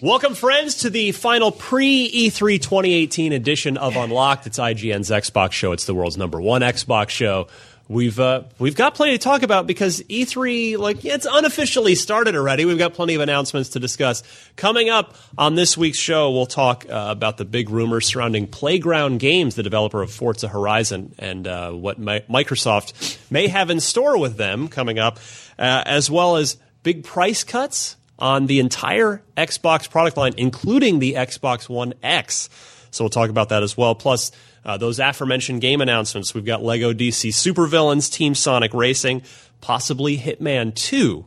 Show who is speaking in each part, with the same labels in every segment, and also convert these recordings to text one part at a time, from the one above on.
Speaker 1: Welcome, friends, to the final pre E3 2018 edition of Unlocked. It's IGN's Xbox show. It's the world's number one Xbox show. We've uh, we've got plenty to talk about because E3, like, yeah, it's unofficially started already. We've got plenty of announcements to discuss. Coming up on this week's show, we'll talk uh, about the big rumors surrounding Playground Games, the developer of Forza Horizon, and uh, what Mi- Microsoft may have in store with them coming up, uh, as well as big price cuts on the entire Xbox product line, including the Xbox One X. So we'll talk about that as well. Plus, uh, those aforementioned game announcements. We've got Lego DC Supervillains, Team Sonic Racing, possibly Hitman 2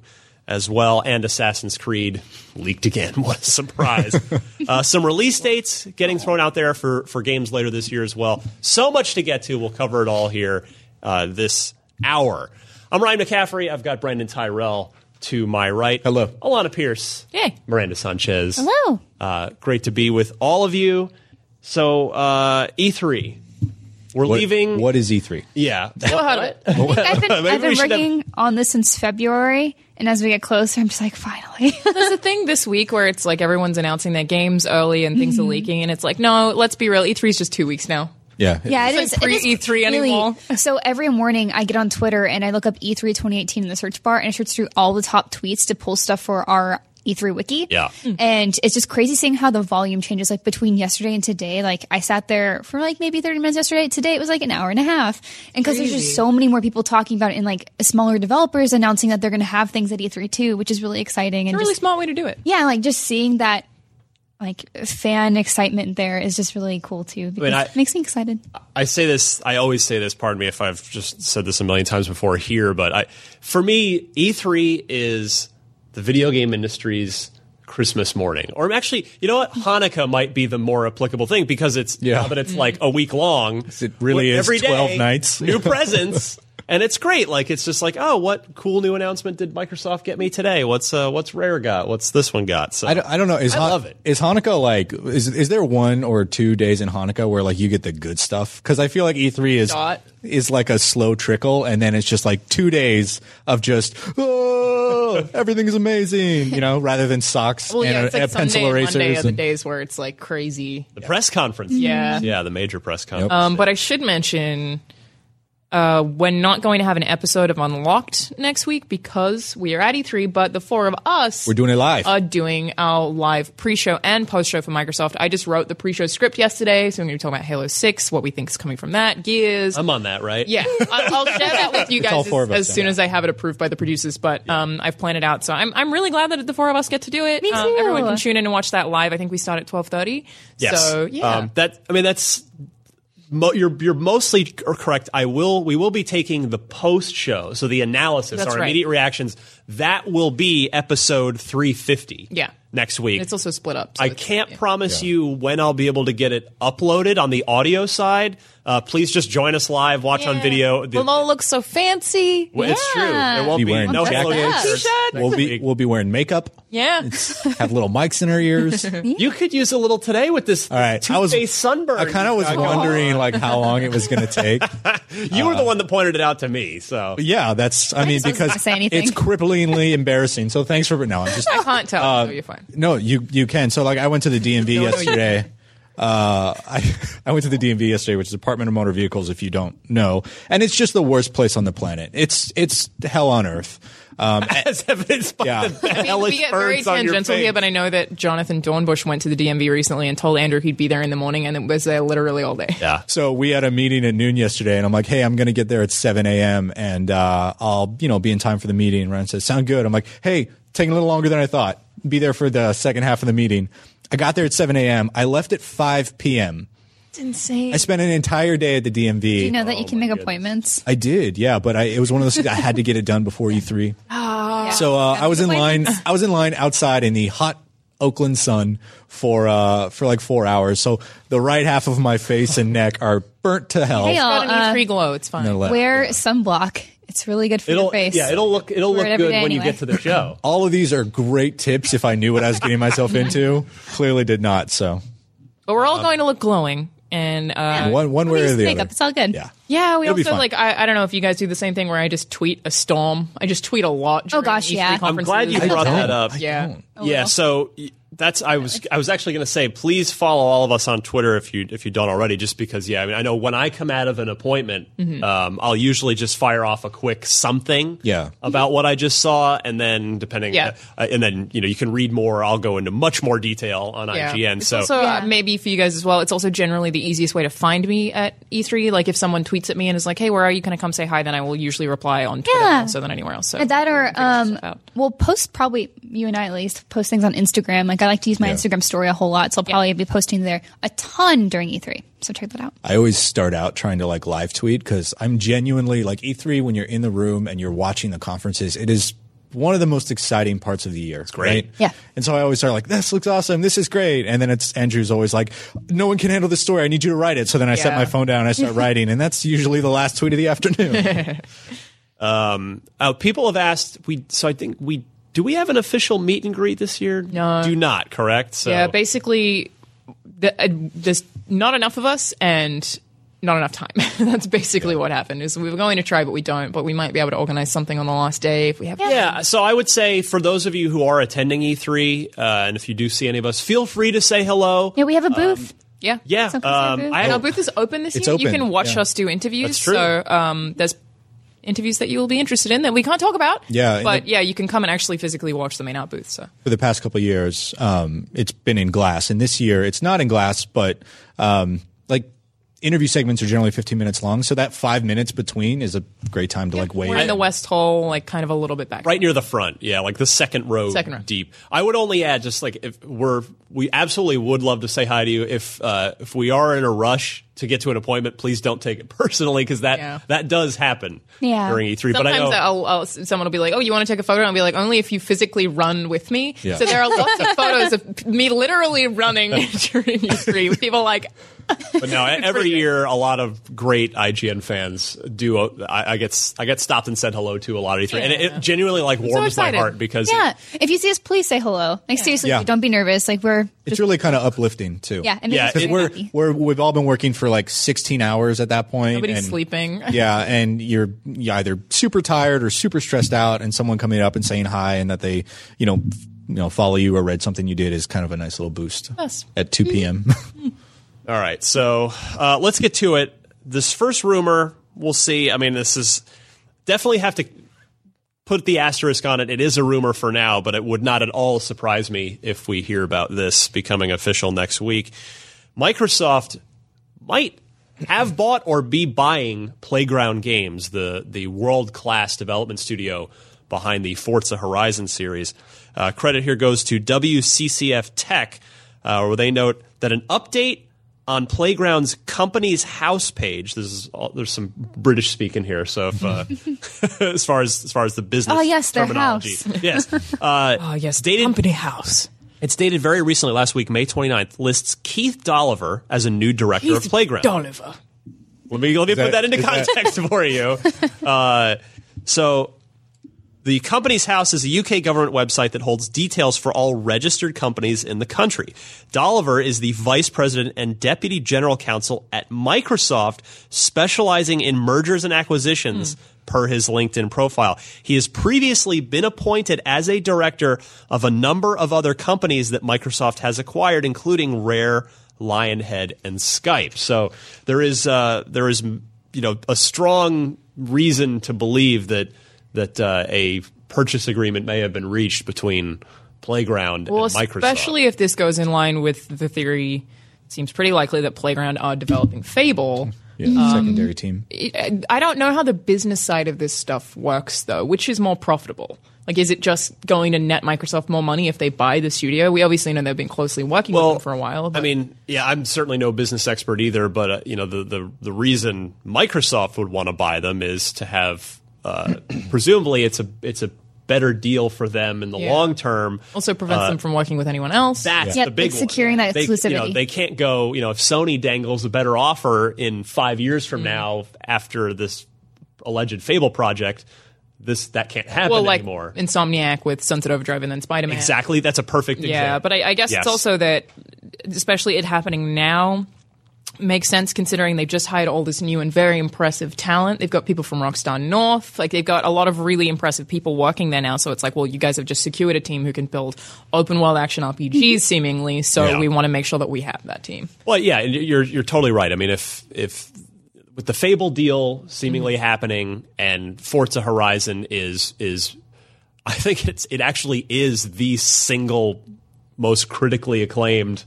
Speaker 1: as well, and Assassin's Creed leaked again. What a surprise. uh, some release dates getting thrown out there for, for games later this year as well. So much to get to. We'll cover it all here uh, this hour. I'm Ryan McCaffrey. I've got Brendan Tyrell to my right.
Speaker 2: Hello.
Speaker 1: Alana Pierce.
Speaker 3: Hey.
Speaker 1: Miranda Sanchez.
Speaker 3: Hello.
Speaker 1: Uh, great to be with all of you. So, uh, E3. We're
Speaker 2: What-
Speaker 1: leaving.
Speaker 2: What is E E3?
Speaker 1: Yeah.
Speaker 4: I think I've been,
Speaker 1: Maybe
Speaker 4: I've
Speaker 1: we
Speaker 4: been
Speaker 1: should have-
Speaker 4: working on this since February, and as we get closer, I'm just like, finally.
Speaker 3: There's a thing this week where it's like everyone's announcing their games early and things are leaking, and it's like, no, let's be real. E3 is just two weeks now.
Speaker 2: Yeah.
Speaker 4: yeah, it
Speaker 3: It's
Speaker 4: is.
Speaker 3: like
Speaker 4: it is
Speaker 3: pre-E3 E anymore.
Speaker 4: So every morning, I get on Twitter and I look up E E3 2018 in the search bar, and I search through all the top tweets to pull stuff for our E3 wiki.
Speaker 1: Yeah.
Speaker 4: and it's just crazy seeing how the volume changes like between yesterday and today. Like I sat there for like maybe 30 minutes yesterday. Today it was like an hour and a half, and because there's just so many more people talking about it and like smaller developers announcing that they're going to have things at E3 too, which is really exciting. And
Speaker 3: Really
Speaker 4: just,
Speaker 3: smart way to do it.
Speaker 4: yeah, like just seeing that like fan excitement there is just really cool too. Because
Speaker 1: I-
Speaker 4: it makes me excited.
Speaker 1: I say this. I always say this. Pardon me if I've just said this a million times before here, but I, for me, E3 is the video game industry's Christmas morning, or actually, you know what? Hanukkah might be the more applicable thing because it's
Speaker 2: Yeah.
Speaker 1: now that it's like a week long.
Speaker 2: It really
Speaker 1: with
Speaker 2: is
Speaker 1: every
Speaker 2: 12
Speaker 1: day,
Speaker 2: nights.
Speaker 1: new presents. And it's great. Like it's just like, oh, what cool new announcement did Microsoft get me today? What's uh, what's Rare got? What's this one got? So
Speaker 2: I don't, I don't know. Is
Speaker 1: I
Speaker 2: Han-
Speaker 1: love it.
Speaker 2: Is Hanukkah like? Is is there one or two days in Hanukkah where like you get the good stuff? Because I feel like E three is
Speaker 3: Dot.
Speaker 2: is like a slow trickle, and then it's just like two days of just oh, everything is amazing, you know, rather than socks
Speaker 3: Well,
Speaker 2: and,
Speaker 3: yeah, it's
Speaker 2: a,
Speaker 3: like
Speaker 2: and pencil
Speaker 3: Sunday and
Speaker 2: erasers.
Speaker 3: Monday are the
Speaker 2: and-
Speaker 3: days where it's like crazy.
Speaker 1: the press conference.
Speaker 3: Yeah.
Speaker 1: yeah, the major press conference.
Speaker 3: Um, but I should mention uh, we're not going to have an episode of Unlocked next week because we are at E3, but the four of us
Speaker 2: We're doing it live.
Speaker 3: are doing our live pre-show and post-show for Microsoft. I just wrote the pre-show script yesterday, so I'm going to be talking about Halo 6, what we think is coming from that, Gears.
Speaker 1: I'm on that, right?
Speaker 3: yeah, I- I'll share that with you
Speaker 2: all
Speaker 3: guys
Speaker 2: four
Speaker 3: as,
Speaker 2: of us
Speaker 3: as
Speaker 2: then,
Speaker 3: soon
Speaker 2: yeah.
Speaker 3: as I have it approved by the producers. But um, I've planned it out, so I'm I'm really glad that the four of us get to do it.
Speaker 4: Me
Speaker 3: Um, everyone
Speaker 4: too.
Speaker 3: can tune in and watch that live. I think we start at twelve thirty.
Speaker 1: Yes.
Speaker 3: So yeah,
Speaker 1: Um, that I mean that's mo- you're you're mostly c- correct. I will we will be taking the post show, so the analysis,
Speaker 3: That's
Speaker 1: our
Speaker 3: right.
Speaker 1: immediate reactions. That will be episode 350.
Speaker 3: Yeah.
Speaker 1: next week.
Speaker 3: It's also split up. so
Speaker 1: I
Speaker 3: it's-
Speaker 1: can't promise you when I'll be able to get it uploaded on the audio side. Uh, please just join us live, watch on video. The-
Speaker 3: We'll all look so fancy.
Speaker 1: Well, It's true. There won't
Speaker 2: Be
Speaker 1: be,
Speaker 2: wearing
Speaker 1: no
Speaker 2: jackets.
Speaker 1: uploaded
Speaker 3: Yeah.
Speaker 1: shirts.
Speaker 2: We'll be we'll be wearing makeup.
Speaker 3: Yeah.
Speaker 2: Have little mics in our ears.
Speaker 1: You could use a little today with this
Speaker 2: All right, I was
Speaker 1: two-faced sunburn.
Speaker 2: I kind of was
Speaker 1: you've got
Speaker 2: wondering uh, like how long it was going to take.
Speaker 1: going. You were the one that pointed it out to me, so
Speaker 2: Yeah, that's. I mean,
Speaker 4: was about
Speaker 2: because
Speaker 4: to say anything.
Speaker 2: it's cripplingly embarrassing. So thanks for no. I'm just
Speaker 3: I can't tell.
Speaker 1: Uh,
Speaker 3: so you're fine.
Speaker 2: no. You you can. So like, I went to the DMV yesterday. Uh, I I went to the DMV yesterday, which is Department of Motor Vehicles. If you don't know, and it's just the worst place on the planet. It's it's hell on earth. Um,
Speaker 1: as evidenced by
Speaker 2: Yeah.
Speaker 1: the
Speaker 2: I
Speaker 1: hellish
Speaker 3: we get very
Speaker 1: burns on your
Speaker 3: tangential
Speaker 1: face.
Speaker 3: here, but I know that Jonathan Dornbush went to the DMV recently and told Andrew he'd be there in the morning, and it was there literally all day.
Speaker 1: yeah.
Speaker 2: So we had a meeting at noon yesterday, and I'm like, "Hey, I'm going to get there at 7 a.m. and uh, I'll, you know, be in time for the meeting." And Ryan says, "Sound good?" I'm like, "Hey, taking a little longer than I thought. Be there for the second half of the meeting." I got there at 7 a.m. I left at 5 p.m.
Speaker 4: It's insane.
Speaker 2: I spent Oh an entire day at the DMV.
Speaker 4: you know that you can make appointments.
Speaker 2: I did, yeah, but I, it was one of those things I had to get it done before E3. So uh, I was in line. I was in line outside in the hot Oakland sun for uh, for like four hours. So the right half of my face and neck are burnt to hell.
Speaker 4: Hey,
Speaker 3: Got an
Speaker 4: uh,
Speaker 3: E3 glow. It's fine.
Speaker 2: No left.
Speaker 4: Wear sunblock. It's really good for
Speaker 1: It'll
Speaker 4: your face.
Speaker 1: yeah, it'll look it'll
Speaker 4: Wear
Speaker 1: look
Speaker 4: it every
Speaker 1: good
Speaker 4: day
Speaker 1: when you
Speaker 4: anyway.
Speaker 1: get to the show.
Speaker 2: All of these are great tips. If I knew what I was getting myself into, clearly did not. So
Speaker 3: But we're
Speaker 1: um,
Speaker 3: all going to look glowing, and uh,
Speaker 2: one one way or
Speaker 4: Use
Speaker 2: the
Speaker 4: makeup.
Speaker 2: other.
Speaker 4: It's all good.
Speaker 2: Yeah.
Speaker 3: Yeah, we
Speaker 2: It'll be
Speaker 3: also
Speaker 2: fun.
Speaker 3: like I, I don't know if you guys do the same thing where I just tweet a storm. I just tweet a lot. during
Speaker 4: Oh, gosh,
Speaker 3: E3
Speaker 4: yeah. I'm
Speaker 1: I'm glad you
Speaker 3: conferences.
Speaker 1: brought that up.
Speaker 2: don't.
Speaker 3: yeah. Oh,
Speaker 1: yeah, so y- that's I was I was actually going to say please follow all of us on Twitter if you if you don't already just because yeah I mean I know when I come out of an appointment
Speaker 3: Mm-hmm.
Speaker 1: um, I'll usually just fire off a quick something
Speaker 2: Yeah.
Speaker 1: about what I just saw and then depending
Speaker 3: Yeah.
Speaker 1: uh, and then you know you can read more I'll go into much more detail on
Speaker 3: Yeah.
Speaker 1: IGN
Speaker 3: It's
Speaker 1: so
Speaker 3: also, uh,
Speaker 4: Yeah.
Speaker 3: maybe for you guys as well. It's also generally the easiest way to find me at E3. Like if someone tweets at me and is like, "Hey, where are you? Can I come say hi?" Then I will usually reply on Twitter
Speaker 4: Yeah.
Speaker 3: more so than anywhere else. So
Speaker 4: That or um,
Speaker 3: stuff out.
Speaker 4: we'll post probably you and I at least post things on Instagram. Like I like to use my Instagram story a whole lot, so I'll probably be posting there a ton during E3. So check that out.
Speaker 2: I always start out trying to like live tweet because I'm genuinely like E3 when you're in the room and you're watching the conferences. It is one of the most exciting parts of the year. It's
Speaker 1: great.
Speaker 4: Yeah.
Speaker 2: And so I always start like, this looks awesome. This is great. And then it's Andrew's always like, no one can handle this story. I need you to write it. So then I set
Speaker 3: Yeah.
Speaker 2: my phone down and I start writing. And that's usually the last tweet of the afternoon.
Speaker 1: Uh, people have asked we so I think we do we have an official meet and greet this year? No, do not correct. So
Speaker 3: yeah, basically, the, uh, there's not enough of us and not enough time. That's basically what happened. Is we were going to try, but we don't. But we might be able to organize something on the last day if we have.
Speaker 1: Yeah, so I would say for those of you who are attending E3, uh, and if you do see any of us, feel free to say hello.
Speaker 4: Yeah, we have a
Speaker 2: Um,
Speaker 4: booth.
Speaker 3: yeah,
Speaker 1: Yeah,
Speaker 4: It's okay,
Speaker 1: um,
Speaker 4: it's
Speaker 1: I
Speaker 3: And our
Speaker 1: have,
Speaker 3: booth is open this
Speaker 2: It's
Speaker 3: year. You
Speaker 2: open,
Speaker 3: can watch
Speaker 2: yeah.
Speaker 3: us do interviews.
Speaker 1: That's true.
Speaker 3: So um, there's interviews that you will be interested in that we can't talk about.
Speaker 2: Yeah, and
Speaker 3: but
Speaker 2: the-
Speaker 3: yeah, you can come and actually physically watch them in our booth. So
Speaker 2: For the past couple of years, um, it's been in glass. And this year it's not in glass, but um, like interview segments are generally 15 minutes long. So that five minutes between is a great time to like wait.
Speaker 3: we're in the West Hall, like kind of a little bit back.
Speaker 1: right near the front. Yeah, like the second row,
Speaker 3: Second row.
Speaker 1: deep. I would only add just like if we're we absolutely would love to say hi to you if uh, if we are in a rush to get to an appointment, please don't take it personally because that
Speaker 3: Yeah.
Speaker 1: that does happen
Speaker 4: Yeah.
Speaker 1: during E3. but I
Speaker 3: Sometimes
Speaker 1: know
Speaker 3: I'll, I'll, someone will be like, "Oh, you want to take a photo?" And I'll be like, "Only if you physically run with me." So there are lots of photos of me literally running during E3 with people like,
Speaker 1: But no, every year a lot of great IGN fans do. uh, I, I get s- I get stopped and said hello to a lot of E3, and it, it genuinely like warms my
Speaker 3: excited.
Speaker 1: heart because
Speaker 4: Yeah, if you see us, please say hello. Like seriously,
Speaker 2: Yeah.
Speaker 4: don't be nervous. Like we're
Speaker 2: It's really kind of uplifting too.
Speaker 4: yeah, it makes
Speaker 1: Yeah, it-
Speaker 4: us very
Speaker 2: because we're,
Speaker 4: happy.
Speaker 2: we're we've all been working for like 16 hours at that point.
Speaker 3: "Nobody's
Speaker 2: and-
Speaker 3: sleeping."
Speaker 2: Yeah, and you're you're either super tired or super stressed out, and someone coming up and saying hi, and that they you know f- you know follow you or read something you did is kind of a nice little boost.
Speaker 3: Yes.
Speaker 2: At 2 p.m.
Speaker 1: All right, so uh, let's get to it. This first rumor, we'll see. I mean, this is definitely have to put the asterisk on it. It is a rumor for now, but it would not at all surprise me if we hear about this becoming official next week. Microsoft might have bought or be buying Playground Games, the the world class development studio behind the Forza Horizon series. Uh, credit here goes to WCCF Tech, uh, where they note that an update on Playground's company's house page. This is all, there's some British speak in here, so if, uh, as far as as far as the business
Speaker 4: Oh, yes, their
Speaker 1: terminology,
Speaker 4: house.
Speaker 1: yes, uh,
Speaker 3: Oh yes,
Speaker 1: Dated-
Speaker 3: company house.
Speaker 1: It's dated very recently, last week, May 29th, lists Keith Dolliver as a new director of Playground.
Speaker 3: Dolliver.
Speaker 1: Let me let me put
Speaker 2: that-
Speaker 1: that into
Speaker 2: is that-
Speaker 1: context for you. Uh, so. The Companies House is a UK government website that holds details for all registered companies in the country. Dolliver is the vice president and deputy general counsel at Microsoft, specializing in mergers and acquisitions, per his LinkedIn profile. He has previously been appointed as a director of a number of other companies that Microsoft has acquired, including Rare, Lionhead, and Skype. So there is uh, there is you know a strong reason to believe that that uh, a purchase agreement may have been reached between Playground
Speaker 3: Well,
Speaker 1: and Microsoft.
Speaker 3: especially if this goes in line with the theory, it seems pretty likely that Playground are developing Fable.
Speaker 2: Yeah, secondary team.
Speaker 3: I I don't know how the business side of this stuff works, though. Which is more profitable? Like, is it just going to net Microsoft more money if they buy the studio? We obviously know they've been closely working with them for a while.
Speaker 1: I
Speaker 3: but-
Speaker 1: mean, yeah, I'm certainly no business expert either, but uh, you know, the, the the reason Microsoft would want to buy them is to have uh, presumably it's a it's a better deal for them in the
Speaker 3: Yeah.
Speaker 1: long term.
Speaker 3: also
Speaker 1: uh,
Speaker 3: prevents them from working with anyone else.
Speaker 1: That's
Speaker 4: Yeah.
Speaker 1: the big
Speaker 4: It's securing
Speaker 1: one.
Speaker 4: that
Speaker 1: They, you know,
Speaker 4: exclusivity.
Speaker 1: they can't go. You know, if Sony dangles a better offer in five years from
Speaker 3: Mm-hmm.
Speaker 1: now after this alleged Fable project, this that can't happen
Speaker 3: well, like
Speaker 1: anymore.
Speaker 3: Insomniac with Sunset Overdrive and then Spider Man.
Speaker 1: exactly, that's a perfect
Speaker 3: Yeah,
Speaker 1: example.
Speaker 3: but I, I guess
Speaker 1: Yes.
Speaker 3: it's also that, especially it happening now, makes sense considering they've just hired all this new and very impressive talent. They've got people from Rockstar North. Like, they've got a lot of really impressive people working there now. So it's like, well, you guys have just secured a team who can build open world action RPGs, seemingly. So
Speaker 1: Mm-hmm. Yeah.
Speaker 3: we want to make sure that we have that team.
Speaker 1: Well, yeah, and you're you're totally right. I mean, if if with the Fable deal seemingly
Speaker 3: Mm-hmm.
Speaker 1: happening and Forza Horizon is is, I think it's it actually is the single most critically acclaimed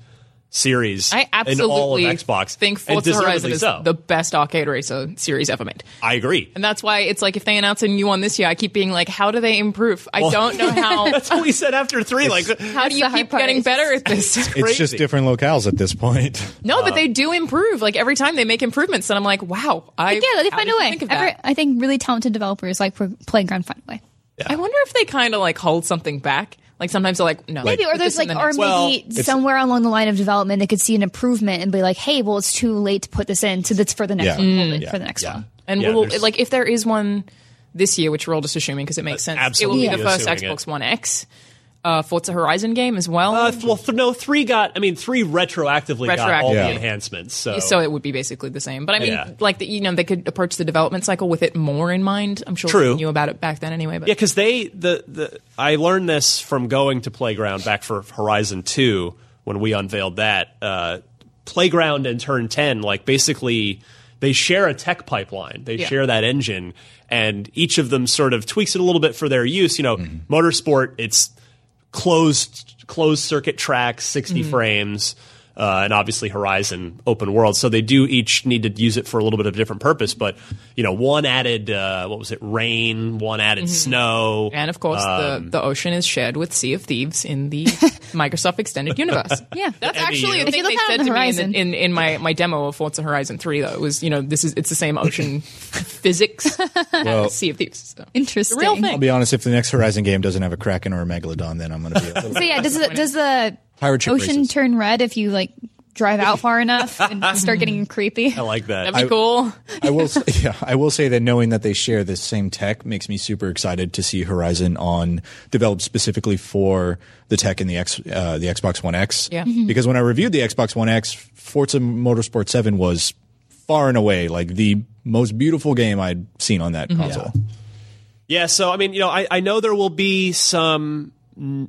Speaker 1: series
Speaker 3: I
Speaker 1: in all
Speaker 3: absolutely
Speaker 1: of Xbox.
Speaker 3: think
Speaker 1: and
Speaker 3: Forza Horizon
Speaker 1: deservedly
Speaker 3: is
Speaker 1: so.
Speaker 3: the best arcade racer series ever made.
Speaker 1: I agree.
Speaker 3: And that's why it's like if they announce a new one this year, I keep being like, how do they improve? I don't know how.
Speaker 1: That's what we said after three. Like,
Speaker 3: How do you
Speaker 4: the hard
Speaker 3: keep
Speaker 4: part.
Speaker 3: getting
Speaker 4: It's
Speaker 3: better at this?
Speaker 1: crazy.
Speaker 2: It's just different locales at this point.
Speaker 3: No, but
Speaker 1: Um,
Speaker 3: they do improve. Like every time they make improvements, and I'm like, wow. I
Speaker 4: yeah, they
Speaker 3: how
Speaker 4: find
Speaker 3: did
Speaker 4: a
Speaker 3: you
Speaker 4: way.
Speaker 3: Think of
Speaker 4: Every-
Speaker 3: that?
Speaker 4: I think really talented developers like for Playground find a way.
Speaker 3: I wonder if they kind of like hold something back. Like sometimes they're like, no,
Speaker 4: Maybe,
Speaker 3: put
Speaker 4: or there's
Speaker 3: this in
Speaker 4: like,
Speaker 3: the
Speaker 4: or
Speaker 3: next
Speaker 4: maybe
Speaker 3: one.
Speaker 1: Well,
Speaker 4: somewhere along the line of development, they could see an improvement and be like, "Hey, well, it's too late to put this in, so that's for the
Speaker 2: Yeah.
Speaker 4: next one, hold it
Speaker 3: Mm.
Speaker 4: for the next one."
Speaker 3: and
Speaker 1: Yeah,
Speaker 3: we'll,
Speaker 1: there's-
Speaker 3: like if there is one this year, which we're all just assuming because it makes sense, it will
Speaker 1: Uh, absolutely
Speaker 3: be the first
Speaker 1: assuming
Speaker 3: Xbox
Speaker 1: it.
Speaker 3: One X, uh, Forza Horizon game as well.
Speaker 1: Uh, well, th- no, three got. I mean, three retroactively, got all
Speaker 3: Retroactively.
Speaker 1: the
Speaker 3: Yeah.
Speaker 1: enhancements. So,
Speaker 3: so it would be basically the same, but I mean,
Speaker 1: Yeah.
Speaker 3: like the, you know, they could approach the development cycle with it more in mind. I'm sure
Speaker 1: True.
Speaker 3: they knew about it back then anyway. But
Speaker 1: Yeah, because they the, the I learned this from going to Playground back for Horizon Two when we unveiled that uh, Playground and Turn Ten. Like basically, they share a tech pipeline. They
Speaker 3: Yeah.
Speaker 1: share that engine, and each of them sort of tweaks it a little bit for their use. You know, Motorsport, it's closed closed circuit tracks, 60 frames, uh, and obviously Horizon open world. So they do each need to use it for a little bit of a different purpose. But you know, one added uh, what was it? Rain. One added snow.
Speaker 3: And of course, the, the ocean is shared with Sea of Thieves in the Microsoft Extended Universe.
Speaker 4: Yeah.
Speaker 3: that's
Speaker 1: MEU.
Speaker 3: actually a
Speaker 1: If
Speaker 3: thing
Speaker 4: you
Speaker 3: they
Speaker 4: look out
Speaker 3: said
Speaker 4: on
Speaker 3: to
Speaker 4: the
Speaker 3: me in,
Speaker 4: horizon-
Speaker 3: the- in, in my, my demo of Forza Horizon Three. Though it was you know this is it's the same ocean physics
Speaker 2: Oh.
Speaker 3: as Sea of Thieves. So.
Speaker 4: Interesting.
Speaker 3: Real thing.
Speaker 2: I'll be honest, if the next Horizon game doesn't have a Kraken or a Megalodon, then I'm going to be a little
Speaker 4: So yeah, does the, does the
Speaker 2: Pirate ship
Speaker 4: ocean
Speaker 2: races.
Speaker 4: turn red if you like drive out far enough and start getting creepy?
Speaker 1: I like that.
Speaker 3: That'd be cool.
Speaker 2: I will, say, yeah, I will say that knowing that they share the same tech makes me super excited to see Horizon on developed specifically for the tech in the X, uh, the Xbox One X.
Speaker 3: Yeah. Mhm.
Speaker 2: Because when I reviewed the Xbox One X, Forza Motorsport Seven was far and away like the most beautiful game I'd seen on that console.
Speaker 1: Yeah, so I mean, you know, I, I know there will be some mm,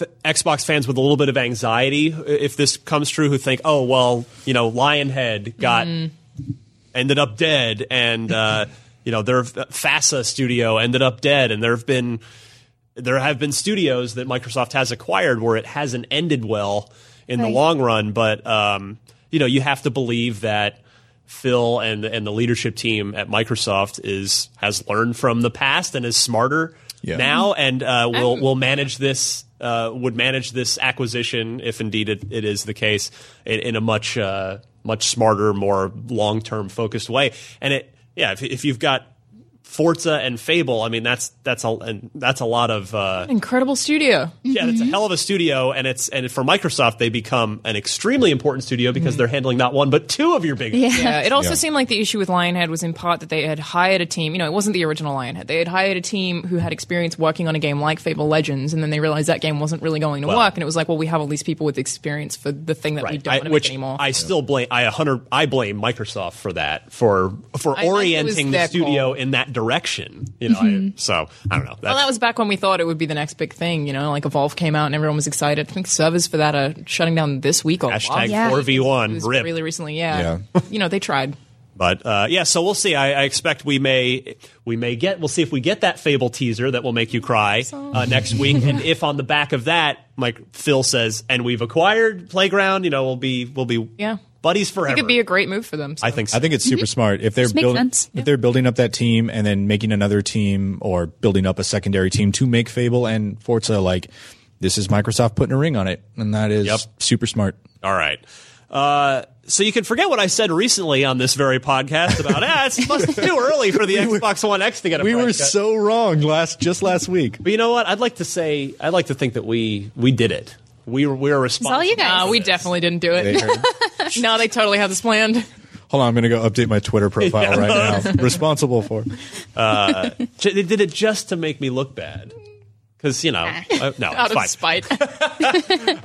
Speaker 1: f- Xbox fans with a little bit of anxiety i- if this comes true who think, oh, well, you know, Lionhead got ended up dead, and uh, you know, their FASA studio ended up dead, and there have been there have been studios that Microsoft has acquired where it hasn't ended well in
Speaker 4: Right.
Speaker 1: the long run. But um, you know, you have to believe that Phil and and the leadership team at Microsoft is has learned from the past and is smarter
Speaker 2: Yeah.
Speaker 1: now, and uh, will will manage this. Uh, would manage this acquisition if indeed it, it is the case in, in a much uh, much smarter, more long term focused way. And it, yeah, if, if you've got Forza and Fable. I mean, that's that's a and that's a lot of uh,
Speaker 3: Incredible studio.
Speaker 1: yeah, it's a
Speaker 3: Mm-hmm.
Speaker 1: hell of a studio, and it's and for Microsoft they become an extremely important studio because they're handling not one but two of your big.
Speaker 3: Mm-hmm. Yeah, it also seemed like the issue with Lionhead was in part that they had hired a team. You know, it wasn't the original Lionhead. They had hired a team who had experience working on a game like Fable Legends, and then they realized that game wasn't really going to work. And it was like, well, we have all these people with experience for the thing that we don't
Speaker 1: I-
Speaker 3: want to make
Speaker 1: which
Speaker 3: anymore.
Speaker 1: I still blame. I a hundred. I blame Microsoft for that for for
Speaker 3: I think it was
Speaker 1: orienting the
Speaker 3: their
Speaker 1: studio
Speaker 3: call. Mm-hmm.
Speaker 1: in that direction. You know, I, so I don't know. That's,
Speaker 3: well, that was back when we thought it would be the next big thing. You know, like Evolve came out and everyone was excited. I think servers for that are shutting down this week. Or last
Speaker 1: hashtag
Speaker 3: week.
Speaker 4: Yeah.
Speaker 1: four v
Speaker 3: It
Speaker 1: one.
Speaker 3: was
Speaker 1: Rip.
Speaker 3: really recently. Yeah, you know, they tried.
Speaker 1: But uh, yeah, so we'll see. I, I expect we may we may get we'll see if we get that Fable teaser that will make you cry uh, next week, and if on the back of that, Mike Phil says, and we've acquired Playground, you know, we'll be we'll be
Speaker 3: Yeah.
Speaker 1: buddies forever.
Speaker 3: It could be a great move for them. So.
Speaker 1: I think so.
Speaker 2: I think it's super smart if they're
Speaker 4: makes
Speaker 2: building
Speaker 4: sense.
Speaker 2: if they're building up that team and then making another team or building up a secondary team to make Fable and Forza. Like this is Microsoft putting a ring on it, and that is
Speaker 1: Yep.
Speaker 2: super smart.
Speaker 1: All right. Uh, so you can forget what I said recently on this very podcast about ah, it's must- too early for the Xbox One X to get a
Speaker 2: We
Speaker 1: price
Speaker 2: were
Speaker 1: cut."
Speaker 2: so wrong last just last week.
Speaker 1: But you know what? I'd like to say I'd like to think that we we did it. We were we were responsible.
Speaker 4: all you guys.
Speaker 3: Uh, we definitely didn't do it. no, they totally had this planned.
Speaker 2: Hold on, I'm going to go update my Twitter profile right now. Responsible for.
Speaker 1: J- They did it just to make me look bad. Because you know, uh, no,
Speaker 3: Eh. out
Speaker 1: it's fine.
Speaker 3: of spite.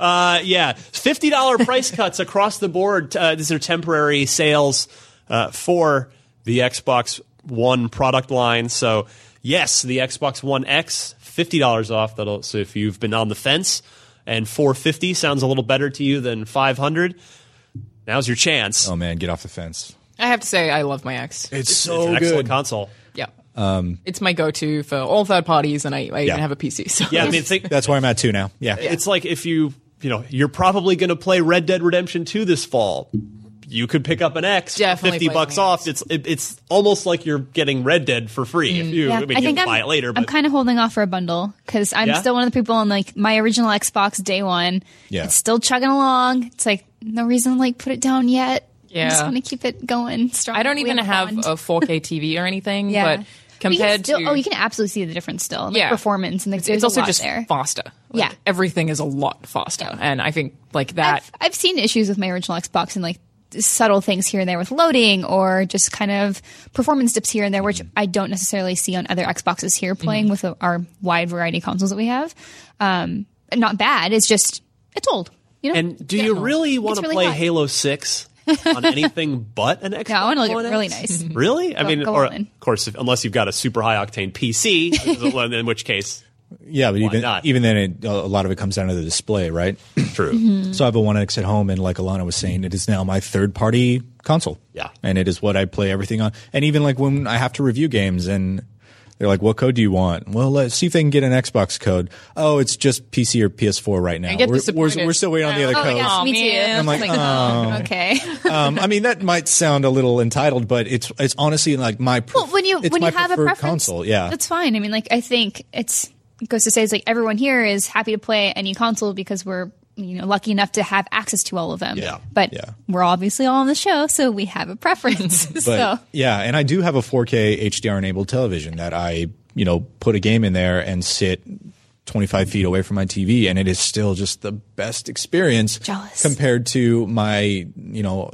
Speaker 1: Uh, yeah, fifty dollar price cuts across the board. Uh, these are temporary sales uh, for the Xbox One product line. So yes, the Xbox One X fifty dollars off. That'll so if you've been on the fence and four fifty sounds a little better to you than five hundred. Now's your chance.
Speaker 2: Oh man, get off the fence.
Speaker 3: I have to say, I love my ex.
Speaker 2: It's,
Speaker 1: it's
Speaker 2: so
Speaker 1: an excellent
Speaker 2: good.
Speaker 1: console.
Speaker 3: Yeah. it's my go-to for all third parties, and I, I even have a PC. So
Speaker 1: Yeah, I mean, think,
Speaker 2: That's where I'm at too now. Yeah.
Speaker 1: it's like if you you know you're probably going to play Red Dead Redemption 2 this fall. You could pick up an X, for
Speaker 3: Definitely
Speaker 1: fifty
Speaker 3: play
Speaker 1: bucks
Speaker 3: an X.
Speaker 1: off. It's it, it's almost like you're getting Red Dead for free.
Speaker 3: Mm.
Speaker 1: If you, I mean, you can buy it later, but
Speaker 4: I'm kind of holding off for a bundle because I'm
Speaker 1: Yeah?
Speaker 4: still one of the people on like my original Xbox day one.
Speaker 2: Yeah.
Speaker 4: It's still chugging along. It's like no reason to like put it down yet. I just
Speaker 3: Yeah.
Speaker 4: want to keep it going strong.
Speaker 3: I don't
Speaker 4: We
Speaker 3: even have
Speaker 4: bond.
Speaker 3: a 4K TV or anything.
Speaker 4: Yeah.
Speaker 3: But
Speaker 4: But you can
Speaker 3: compared
Speaker 4: still,
Speaker 3: to
Speaker 4: oh, you can absolutely see the difference still. Like
Speaker 3: Yeah.
Speaker 4: performance and the,
Speaker 3: it's also
Speaker 4: a lot
Speaker 3: just
Speaker 4: there.
Speaker 3: faster. Like,
Speaker 4: Yeah.
Speaker 3: everything is a lot faster, and I think like that.
Speaker 4: I've, I've seen issues with my original Xbox and like subtle things here and there with loading or just kind of performance dips here and there, which
Speaker 3: Mm-hmm.
Speaker 4: I don't necessarily see on other Xboxes here playing with the- our wide variety of consoles that we have. Um, not bad. It's just it's old. You know.
Speaker 1: and do you really want to
Speaker 4: really
Speaker 1: play
Speaker 4: hot.
Speaker 1: Halo Six on anything but an Xbox?
Speaker 4: I wanna look
Speaker 1: One
Speaker 4: really
Speaker 1: X?
Speaker 4: nice.
Speaker 1: Really? I mean,
Speaker 4: go
Speaker 1: or,
Speaker 4: all in.
Speaker 1: of course, if, unless you've got a super high octane PC, in which case,
Speaker 2: Yeah, but even
Speaker 1: not?
Speaker 2: even then, it, a lot of it comes down to the display, right?
Speaker 1: true.
Speaker 2: So I have a One X at home, and like Alana was saying, it is now my third party console.
Speaker 1: Yeah.
Speaker 2: and it is what I play everything on. And even like when I have to review games, and they're like, "What code do you want?" Well, let's see if they can get an Xbox code. Oh, it's just PC or PS4 right now.
Speaker 3: get
Speaker 2: We're, we're,
Speaker 3: disappointed.
Speaker 2: we're still waiting on the other
Speaker 4: Oh my
Speaker 2: codes.
Speaker 4: gosh, me too.
Speaker 3: man.
Speaker 4: I'm
Speaker 3: I'm
Speaker 4: like,
Speaker 3: like,
Speaker 4: oh, okay.
Speaker 2: um, I mean, that might sound a little entitled, but it's it's honestly like my pref-
Speaker 4: well, when you
Speaker 2: it's
Speaker 4: when
Speaker 2: my
Speaker 4: you have a
Speaker 2: preferred
Speaker 4: preference,
Speaker 2: console. Yeah,
Speaker 4: that's fine. I mean, like I think it's it goes to say it's like everyone here is happy to play any console because we're you know lucky enough to have access to all of them.
Speaker 1: Yeah.
Speaker 4: but
Speaker 2: Yeah.
Speaker 4: we're obviously all on the show, so we have a preference. so
Speaker 2: But yeah, and I do have a 4K HDR enabled television that I, you know, put a game in there and sit 25 feet away from my TV, and it is still just the best experience
Speaker 4: Jealous.
Speaker 2: compared to my, you know,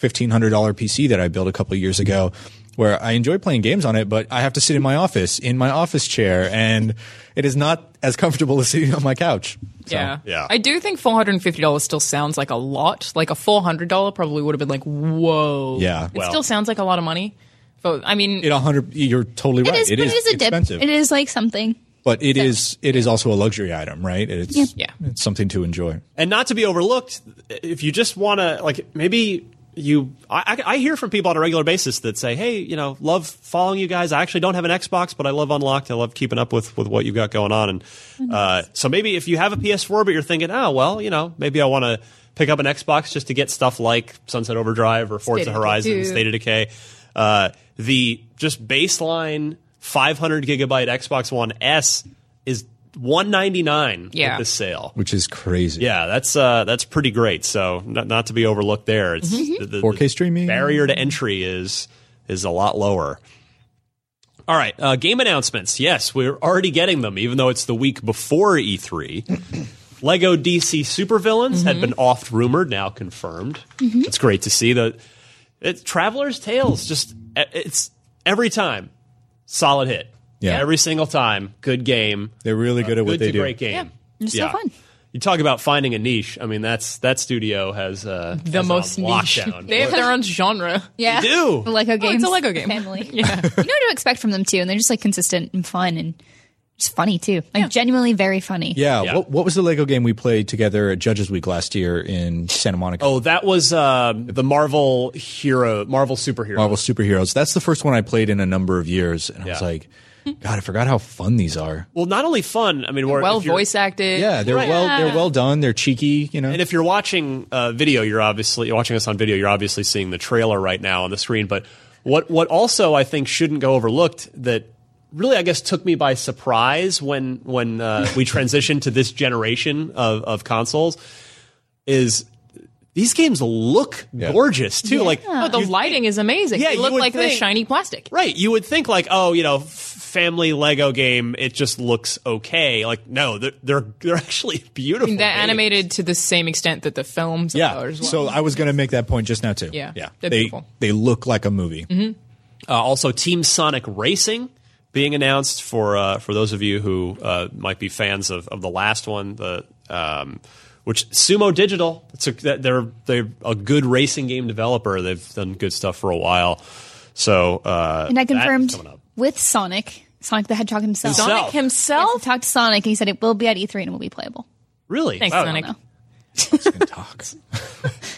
Speaker 2: $1,500 PC that I built a couple of years ago. Where I enjoy playing games on it, but I have to sit in my office, in my office chair, and it is not as comfortable as sitting on my couch. So,
Speaker 3: yeah.
Speaker 1: Yeah.
Speaker 3: I do think four hundred and fifty dollars still sounds like a lot. Like a four hundred dollar probably would have been like, whoa.
Speaker 2: Yeah.
Speaker 3: it
Speaker 2: Well-
Speaker 3: still sounds like a lot of money. But I mean,
Speaker 2: It 100, you're totally
Speaker 4: it
Speaker 2: right.
Speaker 4: is, but it is a dip.
Speaker 2: expensive.
Speaker 4: It is like something.
Speaker 2: but it is it is also a luxury item, right? It's
Speaker 3: Yeah.
Speaker 2: it's something to enjoy.
Speaker 1: and not to be overlooked if you just want to like maybe you I, I I hear from people on a regular basis that say hey you know love following you guys i actually don't have an xbox but i love unlocked i love keeping up with with what you got going on and
Speaker 3: Mm-hmm.
Speaker 1: uh, so maybe if you have a ps4 but you're thinking oh well you know maybe i want to pick up an xbox just to get stuff like sunset overdrive or forza
Speaker 3: State of
Speaker 1: horizon
Speaker 3: Decay.
Speaker 1: state of decay uh, the just baseline 500 gigabyte xbox one s is 199
Speaker 3: Yeah.
Speaker 1: at this sale
Speaker 2: which is crazy.
Speaker 1: yeah, that's uh, that's pretty great. So not, not to be overlooked there. It's
Speaker 4: Mm-hmm.
Speaker 1: the, the- the
Speaker 2: 4K streaming.
Speaker 1: barrier to entry is is a lot lower. All right, uh, game announcements. Yes, we're already getting them, even though it's the week before E3. Lego DC Supervillains
Speaker 4: Mm-hmm.
Speaker 1: had been oft rumored, now confirmed. It's great to see. The it, Traveler's Tales just e, it's every time solid hit.
Speaker 2: Yeah.
Speaker 1: every single time, good game.
Speaker 2: They're really good at what
Speaker 1: good
Speaker 2: they
Speaker 1: to
Speaker 2: do.
Speaker 1: great game.
Speaker 4: It's so fun.
Speaker 1: You talk about finding a niche. I mean, that's that studio has uh,
Speaker 3: the most niche.
Speaker 1: lockdown.
Speaker 3: They have their own genre.
Speaker 4: Yeah.
Speaker 1: do.
Speaker 4: The Lego games.
Speaker 3: Oh, a Lego game.
Speaker 4: Family. yeah. You know what to expect from them too, and they're just like consistent and fun and just funny too. Like genuinely very funny.
Speaker 2: Yeah.
Speaker 1: Yeah.
Speaker 2: What, what was the Lego game we played together at Judges Week last year in Santa Monica?
Speaker 1: Oh, that was um the Marvel hero, Marvel superhero.
Speaker 2: Marvel superheroes. That's the first one I played in a number of years, and I was
Speaker 1: Yeah.
Speaker 2: like, God, I forgot how fun these are.
Speaker 1: Well, not only fun. I mean, we're-
Speaker 3: Well
Speaker 1: if you're-
Speaker 3: voice acted.
Speaker 2: Yeah, they're well, they're well done. They're cheeky, you know.
Speaker 1: And if you're watching uh, video, you're obviously you're watching us on video. You're obviously seeing the trailer right now on the screen. But what what also I think shouldn't go overlooked that really I guess took me by surprise when when uh, we transitioned to this generation of, of consoles is these games look gorgeous too. Like
Speaker 3: Oh, the lighting is amazing.
Speaker 1: Yeah,
Speaker 3: they
Speaker 1: you
Speaker 3: look
Speaker 1: would
Speaker 3: like the
Speaker 1: think-
Speaker 3: shiny plastic.
Speaker 1: Right. You would think like, oh, you know, f- family Lego game. It just looks okay. Like, no, they're they're, they're actually beautiful.
Speaker 3: They're
Speaker 1: games.
Speaker 3: animated to the same extent that the films
Speaker 2: yeah.
Speaker 3: are as well.
Speaker 2: So I was going to make that point just now too.
Speaker 3: Yeah.
Speaker 2: Yeah.
Speaker 3: They're
Speaker 2: they
Speaker 3: beautiful. Mm-hmm.
Speaker 2: they look like a movie.
Speaker 1: Uh, also, Team Sonic Racing being announced for uh, for those of you who uh, might be fans of, of the last one, the um, which Sumo Digital. It's a, that- they're they're a good racing game developer. They've done good stuff for a while. So uh,
Speaker 4: And I
Speaker 1: that is
Speaker 4: confirmed
Speaker 1: coming up.
Speaker 4: with Sonic, Sonic the Hedgehog himself.
Speaker 1: Himself.
Speaker 3: Sonic himself?
Speaker 4: I talked to Sonic and he said it will be at E3 and it will be playable.
Speaker 1: Really?
Speaker 3: Thanks,
Speaker 1: Wow.
Speaker 3: Sonic.
Speaker 2: Talk.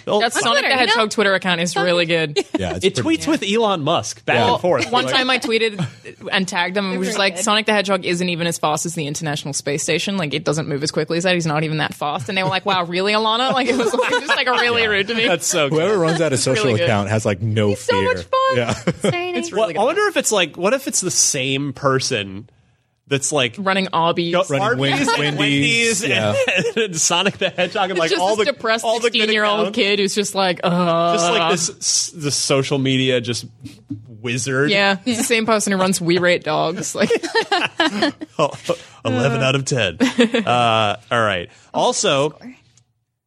Speaker 1: Well,
Speaker 3: That Sonic the
Speaker 4: Twitter, you
Speaker 3: Hedgehog Twitter account is really good.
Speaker 2: Yeah. It's
Speaker 1: it
Speaker 2: pretty-
Speaker 1: tweets with Elon Musk back and forth.
Speaker 3: Oh, One
Speaker 1: Like-
Speaker 3: time I tweeted and tagged him and was just
Speaker 4: really
Speaker 3: like,
Speaker 4: good.
Speaker 3: Sonic the Hedgehog isn't even as fast as the International Space Station. Like, it doesn't move as quickly as that. He's not even that fast. And they were like, wow, really, Alana? Like, it was like, just like a really rude to me.
Speaker 1: That's so good.
Speaker 2: Whoever runs out of social
Speaker 3: really good.
Speaker 2: account has like no
Speaker 3: so
Speaker 2: fear.
Speaker 3: much fun.
Speaker 2: Yeah.
Speaker 4: it's
Speaker 1: Well, I wonder if it's like, what if it's the same person that's like
Speaker 3: Running Arby's.
Speaker 1: go-
Speaker 2: Running Win-
Speaker 1: Arby's and
Speaker 2: Wendy's,
Speaker 1: Wendy's and, and Sonic the Hedgehog and
Speaker 3: It's
Speaker 1: like
Speaker 3: just
Speaker 1: all
Speaker 3: this
Speaker 1: the
Speaker 3: depressed
Speaker 1: all the good
Speaker 3: 16 year old
Speaker 1: accounts.
Speaker 3: kid who's just like, uh.
Speaker 1: Just like this, s- the social media just wizard.
Speaker 3: Yeah, it's the same person who runs We Rate Dogs. Like,
Speaker 1: eleven out of ten. Uh, all right. Also,